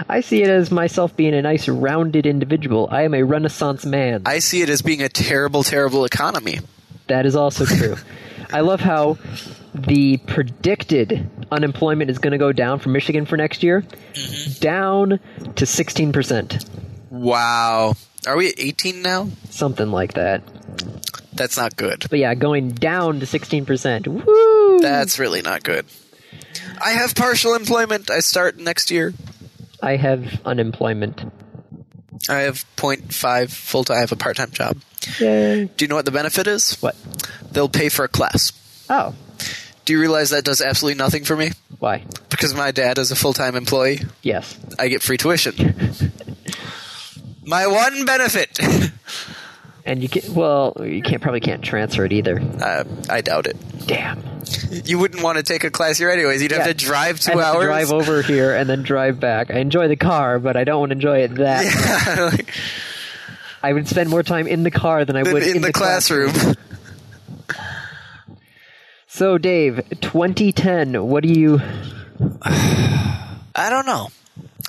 Speaker 1: I see it as myself being a nice, rounded individual. I am a renaissance man.
Speaker 2: I see it as being a terrible, terrible economy.
Speaker 1: that is also true. I love how the predicted unemployment is going to go down for Michigan for next year, down to 16%,
Speaker 2: Wow. Are we at 18 now?
Speaker 1: something like that.
Speaker 2: That's not good.
Speaker 1: But yeah, going down to 16%. Woo!
Speaker 2: That's really not good. I have partial employment. I start next year.
Speaker 1: I have unemployment.
Speaker 2: I have 0.5 full time. I have a part time job.
Speaker 1: Yay.
Speaker 2: Do you know what the benefit is?
Speaker 1: What?
Speaker 2: They'll pay for a class.
Speaker 1: Oh,
Speaker 2: Do you realize that does absolutely nothing for me?
Speaker 1: why?
Speaker 2: Because my dad is a full time employee,
Speaker 1: Yes.
Speaker 2: I get free tuition. my one benefit.
Speaker 1: And you can well, you can't probably can't transfer it either.
Speaker 2: uh, I doubt it.
Speaker 1: Damn.
Speaker 2: You wouldn't want to take a class here, anyways. You'd
Speaker 1: Yeah.
Speaker 2: have to drive
Speaker 1: I
Speaker 2: two
Speaker 1: have to
Speaker 2: hours.
Speaker 1: drive over here and then drive back. I enjoy the car, but I don't want to enjoy it that.
Speaker 2: Yeah, like,
Speaker 1: I would spend more time in the car than I
Speaker 2: in,
Speaker 1: would
Speaker 2: in the classroom.
Speaker 1: So, Dave, 2010. What do you?
Speaker 2: I don't know.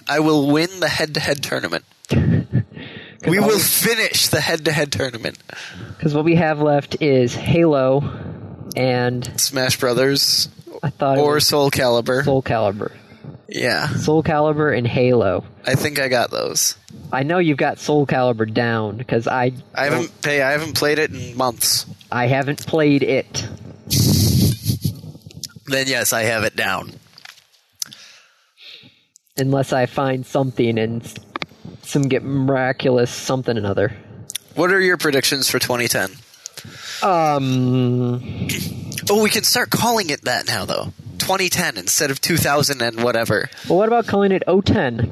Speaker 2: I will win the head to head tournament. We will finish the head to head tournament.
Speaker 1: Because what we have left is Halo, and
Speaker 2: Smash Brothers
Speaker 1: I thought it
Speaker 2: or
Speaker 1: was
Speaker 2: Soul Calibur.
Speaker 1: Soul Calibur,
Speaker 2: Yeah,
Speaker 1: Soul Calibur, and Halo.
Speaker 2: I think I got those.
Speaker 1: I know you've got Soul Calibur down because I
Speaker 2: I haven't hey, I haven't played it in months.
Speaker 1: I haven't played it.
Speaker 2: Then yes, I have it down.
Speaker 1: unless I find something and s- some get miraculous something another.
Speaker 2: What are your predictions for 2010?
Speaker 1: Um,
Speaker 2: Oh, we can start calling it that now though. 2010 instead of 2000 and whatever.
Speaker 1: well, what about calling it 010?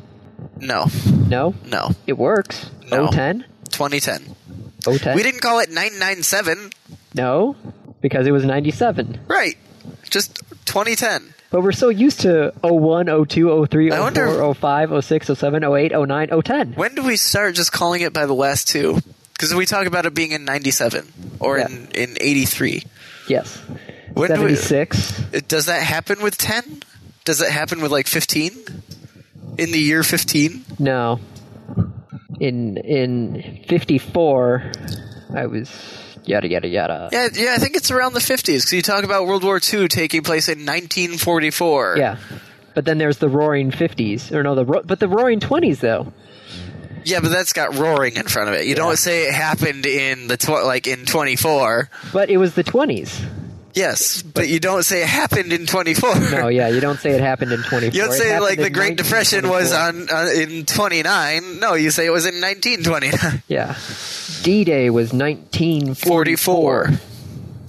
Speaker 2: No.
Speaker 1: No,
Speaker 2: No.
Speaker 1: it works.
Speaker 2: No.
Speaker 1: 010?
Speaker 2: 2010.
Speaker 1: 010?
Speaker 2: We didn't call it 997.
Speaker 1: no, because it was 97.
Speaker 2: Right. Just 2010.
Speaker 1: But we're so used to 01, 02, 03,
Speaker 2: I
Speaker 1: 04,
Speaker 2: wonder-
Speaker 1: 05, 06, 07, 08, 09, 010.
Speaker 2: When do we start just calling it by the last two? Because we talk about it being in 97 or
Speaker 1: Yeah.
Speaker 2: in, in 83.
Speaker 1: Yes.
Speaker 2: When do we-
Speaker 1: 76.
Speaker 2: It- Does that happen with 10? Does it happen with like 15? In the year 15?
Speaker 1: No. In in 54, I was yada yada yada.
Speaker 2: Yeah, yeah, I think it's around the 50s because you talk about World War II taking place in 1944.
Speaker 1: Yeah. But then there's the Roaring Fifties, or no, the ro- but the Roaring Twenties though.
Speaker 2: Yeah, but that's got roaring in front of it. You
Speaker 1: Yeah.
Speaker 2: don't say it happened in the tw- like in 24.
Speaker 1: But it was the twenties.
Speaker 2: Yes, but you don't say it happened in 24.
Speaker 1: No, Oh, yeah, you don't say it happened in twenty.
Speaker 2: You don't say like the Great Depression was on uh, in 29. No, you say it was in 1929.
Speaker 1: Yeah, D Day was nineteen forty-four.
Speaker 2: 44.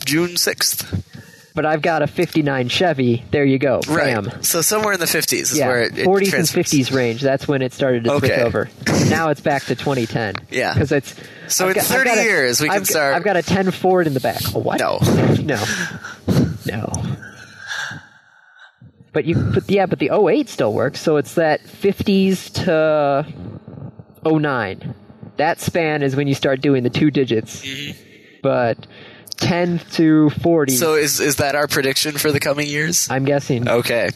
Speaker 2: June 6th.
Speaker 1: But I've got a fifty-nine Chevy. There you go. Bam.
Speaker 2: Right. So somewhere in the 50s is where
Speaker 1: Yeah,
Speaker 2: it, it
Speaker 1: forties and
Speaker 2: transfers.
Speaker 1: fifties range. That's when it started to switch
Speaker 2: Okay.
Speaker 1: over. Now it's back to twenty ten.
Speaker 2: Yeah.
Speaker 1: because it's
Speaker 2: So
Speaker 1: I've
Speaker 2: in
Speaker 1: got- I've
Speaker 2: 30
Speaker 1: got a-
Speaker 2: years, we can
Speaker 1: I've got-
Speaker 2: start-
Speaker 1: I've got a ten Ford in the back. A what?
Speaker 2: No.
Speaker 1: no, no. But you, but yeah, but the 08 still works. So it's that 50s to 09. That span is when you start doing the two digits. But 10 to 40,
Speaker 2: Mm-hmm. So Oh. is is that our prediction for the coming years?
Speaker 1: I'm guessing.
Speaker 2: Okay.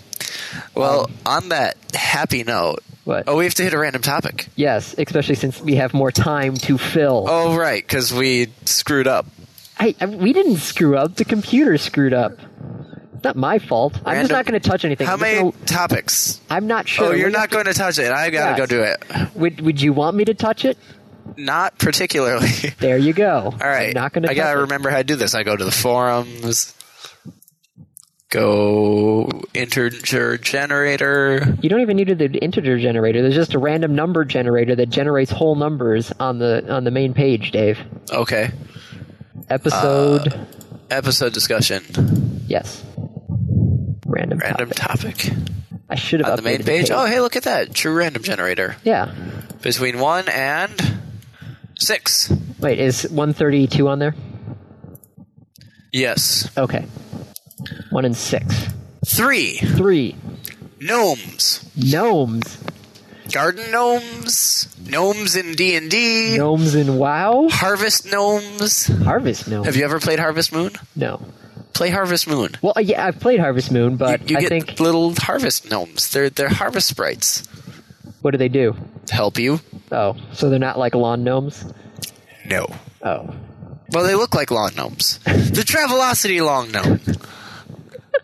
Speaker 2: Well, on that happy note,
Speaker 1: What?
Speaker 2: oh, we have to hit a random topic.
Speaker 1: Yes, especially since we have more time to fill.
Speaker 2: Oh, right, because we screwed up.
Speaker 1: I, I- we didn't screw up. The computer screwed up. It's not my fault. I'm just
Speaker 2: Random-
Speaker 1: not going to touch anything.
Speaker 2: How
Speaker 1: I'm, just
Speaker 2: many
Speaker 1: gonna-
Speaker 2: topics?
Speaker 1: I'm not sure.
Speaker 2: Oh, you're
Speaker 1: Would-
Speaker 2: not going to touch it. I
Speaker 1: Yes.
Speaker 2: gotta go do it.
Speaker 1: Would Would you want me to touch it?
Speaker 2: Not particularly.
Speaker 1: There you go.
Speaker 2: All right.
Speaker 1: I'm not going to.
Speaker 2: I gotta remember how to do this. I go to the forums. Go integer generator.
Speaker 1: You don't even need the integer generator. There's just a random number generator that generates whole numbers on the on the main page, Dave.
Speaker 2: Okay.
Speaker 1: Episode.
Speaker 2: Uh, Episode discussion.
Speaker 1: yes. Random.
Speaker 2: Random
Speaker 1: topic.
Speaker 2: topic.
Speaker 1: I should have
Speaker 2: On the main
Speaker 1: updated
Speaker 2: page. Oh, hey, look at that. True random generator.
Speaker 1: Yeah.
Speaker 2: Between one and six.
Speaker 1: Wait, is 132 on there?
Speaker 2: Yes.
Speaker 1: Okay. One and six.
Speaker 2: Three.
Speaker 1: Three.
Speaker 2: Gnomes.
Speaker 1: Gnomes.
Speaker 2: Garden gnomes. Gnomes in D and D.
Speaker 1: Gnomes in WoW.
Speaker 2: Harvest gnomes.
Speaker 1: Harvest Gnome.
Speaker 2: Have you ever played Harvest Moon?
Speaker 1: No.
Speaker 2: Play Harvest Moon.
Speaker 1: Well, yeah, I've played Harvest Moon, but
Speaker 2: You
Speaker 1: I
Speaker 2: get
Speaker 1: think
Speaker 2: little harvest gnomes. They're they're harvest sprites.
Speaker 1: what do they do?
Speaker 2: help you?
Speaker 1: Oh, so they're not like lawn gnomes?
Speaker 2: No.
Speaker 1: Oh.
Speaker 2: Well, they look like long gnomes. The Travelocity long gnome.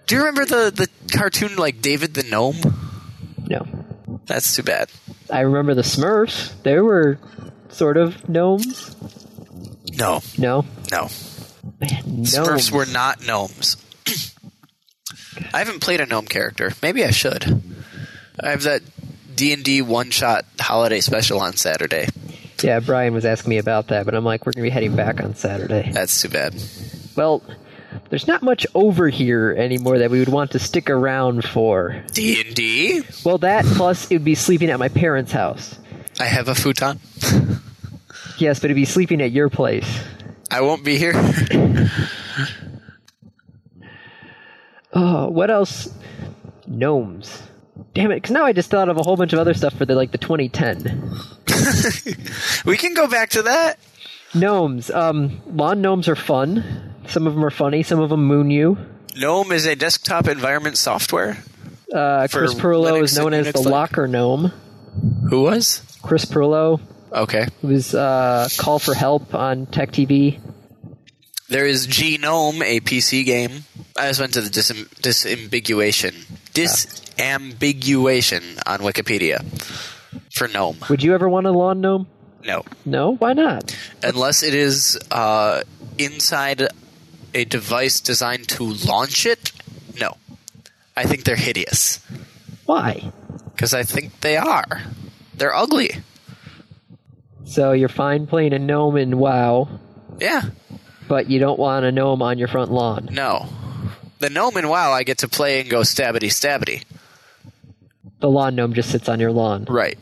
Speaker 2: Do you remember the, the cartoon like David the Gnome?
Speaker 1: No.
Speaker 2: That's too bad.
Speaker 1: I remember the Smurfs. They were sort of gnomes.
Speaker 2: No,
Speaker 1: No?
Speaker 2: no.
Speaker 1: Man,
Speaker 2: Smurfs
Speaker 1: gnomes.
Speaker 2: were not gnomes. I haven't played a gnome character. Maybe I should. I have that D and D one shot holiday special on Saturday.
Speaker 1: Yeah, Brian was asking me about that, but I'm like, we're gonna be heading back on Saturday.
Speaker 2: That's too bad.
Speaker 1: Well, there's not much over here anymore that we would want to stick around for.
Speaker 2: D and D.
Speaker 1: Well, that plus it would be sleeping at my parents' house.
Speaker 2: I have a futon.
Speaker 1: Yes, but it'd be sleeping at your place.
Speaker 2: I won't be here.
Speaker 1: Oh, what else? Gnomes. Damn it! Because now I just thought of a whole bunch of other stuff for the like the 2010
Speaker 2: we can go back to that.
Speaker 1: gnomes. Um, lawn gnomes are fun. Some of them are funny. Some of them moon you.
Speaker 2: GNOME is a desktop environment software.
Speaker 1: Uh,
Speaker 2: For
Speaker 1: Chris Perlow
Speaker 2: Linux
Speaker 1: is known
Speaker 2: and
Speaker 1: as the
Speaker 2: Unix-like.
Speaker 1: Locker Gnome.
Speaker 2: Who was?
Speaker 1: Chris Perlow,
Speaker 2: Okay.
Speaker 1: who was uh, Call for Help on Tech TV.
Speaker 2: There is GNOME, a PC game. I just went to the disam- disambiguation. Disambiguation on Wikipedia for GNOME.
Speaker 1: Would you ever want a lawn gnome?
Speaker 2: No.
Speaker 1: No, why not?
Speaker 2: Unless it is uh, inside a device designed to launch it, no. I think they're hideous.
Speaker 1: Why?
Speaker 2: Because I think they are. They're ugly.
Speaker 1: So you're fine playing a gnome in WoW,
Speaker 2: Yeah.
Speaker 1: but you don't want a gnome on your front lawn.
Speaker 2: No. The GNOME in WoW, I get to play and go stabbity stabbity.
Speaker 1: The lawn gnome just sits on your lawn.
Speaker 2: Right.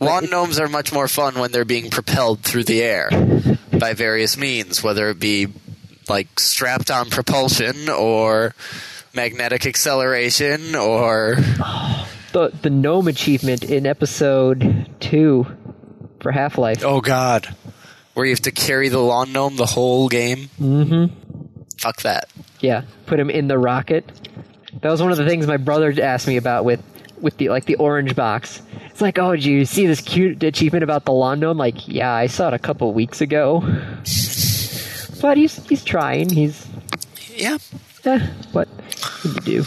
Speaker 2: Lawn gnomes are much more fun when they're being propelled through the air by various means, whether it be like strapped on propulsion or magnetic acceleration or
Speaker 1: The the gnome achievement in episode two for Half Life.
Speaker 2: oh god, where you have to carry the lawn gnome the whole game. Mm-hmm. Fuck that.
Speaker 1: Yeah, put him in the rocket. That was one of the things my brother asked me about with with the like the orange box. It's like, oh, did you see this cute achievement about the lawn gnome? Like, yeah, I saw it a couple weeks ago. But he's he's trying. He's
Speaker 2: Yeah.
Speaker 1: eh, what can you do?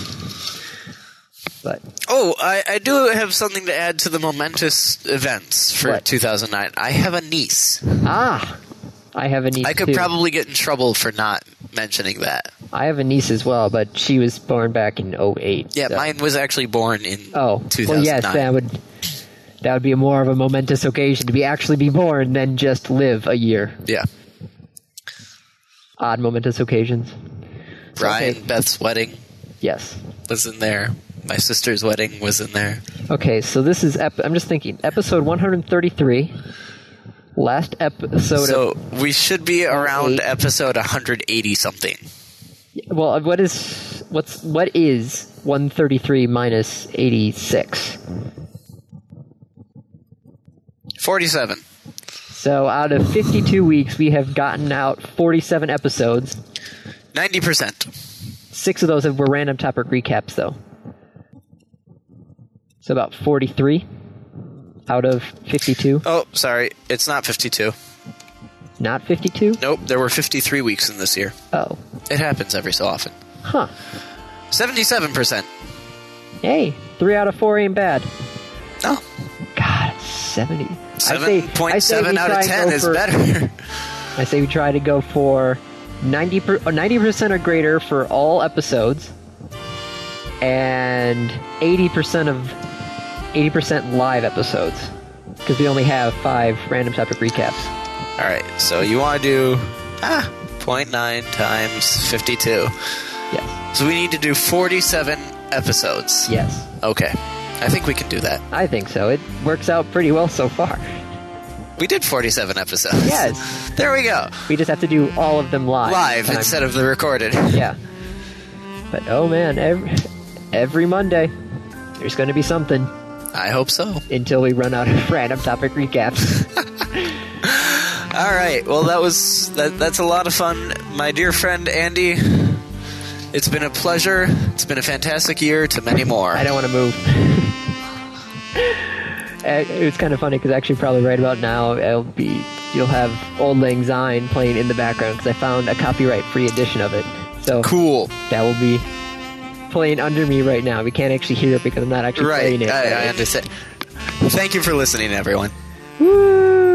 Speaker 1: But
Speaker 2: Oh, I, I do have something to add to the momentous events for
Speaker 1: What?
Speaker 2: 2009. I have a niece.
Speaker 1: ah, I have a niece.
Speaker 2: I could
Speaker 1: too.
Speaker 2: probably get in trouble for not mentioning that.
Speaker 1: I have a niece as well, but she was born back in 08.
Speaker 2: Yeah,
Speaker 1: so-
Speaker 2: mine was actually born in
Speaker 1: Oh, well,
Speaker 2: 2009.
Speaker 1: yes, that would that would be more of a momentous occasion to be actually be born than just live a year.
Speaker 2: yeah.
Speaker 1: Odd momentous occasions.
Speaker 2: Ryan, Beth's wedding
Speaker 1: Yes.
Speaker 2: was in there. My sister's wedding was in there.
Speaker 1: Okay, so this is ep- I'm just thinking episode 133. Last episode.
Speaker 2: So
Speaker 1: of,
Speaker 2: we should be around
Speaker 1: Eight.
Speaker 2: episode 180 something.
Speaker 1: well, uh, what is what's what is 133 minus 86?
Speaker 2: 47.
Speaker 1: So out of 52 weeks, we have gotten out 47 episodes.
Speaker 2: 90%.
Speaker 1: Six of those were random topic recaps, though. So about 43 out of 52.
Speaker 2: Oh, sorry. It's not 52.
Speaker 1: Not 52?
Speaker 2: Nope, there were 53 weeks in this year.
Speaker 1: Oh.
Speaker 2: It happens every so often.
Speaker 1: Huh.
Speaker 2: 77%.
Speaker 1: Hey, three out of four ain't bad.
Speaker 2: No.
Speaker 1: God, it's 70. Oh, I say- I say
Speaker 2: 7.7
Speaker 1: we
Speaker 2: out
Speaker 1: try
Speaker 2: of
Speaker 1: and
Speaker 2: 10
Speaker 1: go
Speaker 2: is
Speaker 1: for-
Speaker 2: better.
Speaker 1: I say we try to go for 90 per, 90% or greater for all episodes and 80% of 80% live episodes because we only have five random topic recaps.
Speaker 2: All right, so you want to do ah, 0.9 times 52.
Speaker 1: Yes.
Speaker 2: So we need to do 47 episodes.
Speaker 1: Yes.
Speaker 2: Okay. I think we can do that.
Speaker 1: I think so. It works out pretty well so far.
Speaker 2: We did 47 episodes.
Speaker 1: Yes.
Speaker 2: There we go.
Speaker 1: We just have to do all of them live.
Speaker 2: Live
Speaker 1: this time.
Speaker 2: instead of the recorded.
Speaker 1: Yeah. But oh man, every, every Monday, there's going to be something
Speaker 2: I hope so. All
Speaker 1: until we run out of random topic recaps.
Speaker 2: right. Well, that was that, that's a lot of fun, my dear friend Andy. It's been a pleasure. It's been a fantastic year to many more.
Speaker 1: I don't want to move. Uh, it was kind of funny because actually, probably right about now, it'll be you'll have Old Lang Syne playing in the background because I found a copyright-free edition of it. So
Speaker 2: cool.
Speaker 1: that will be playing under me right now. We can't actually hear it because I'm not actually
Speaker 2: Right.
Speaker 1: playing it.
Speaker 2: I, I
Speaker 1: Right.
Speaker 2: understand. Thank you for listening, everyone.
Speaker 1: Woo!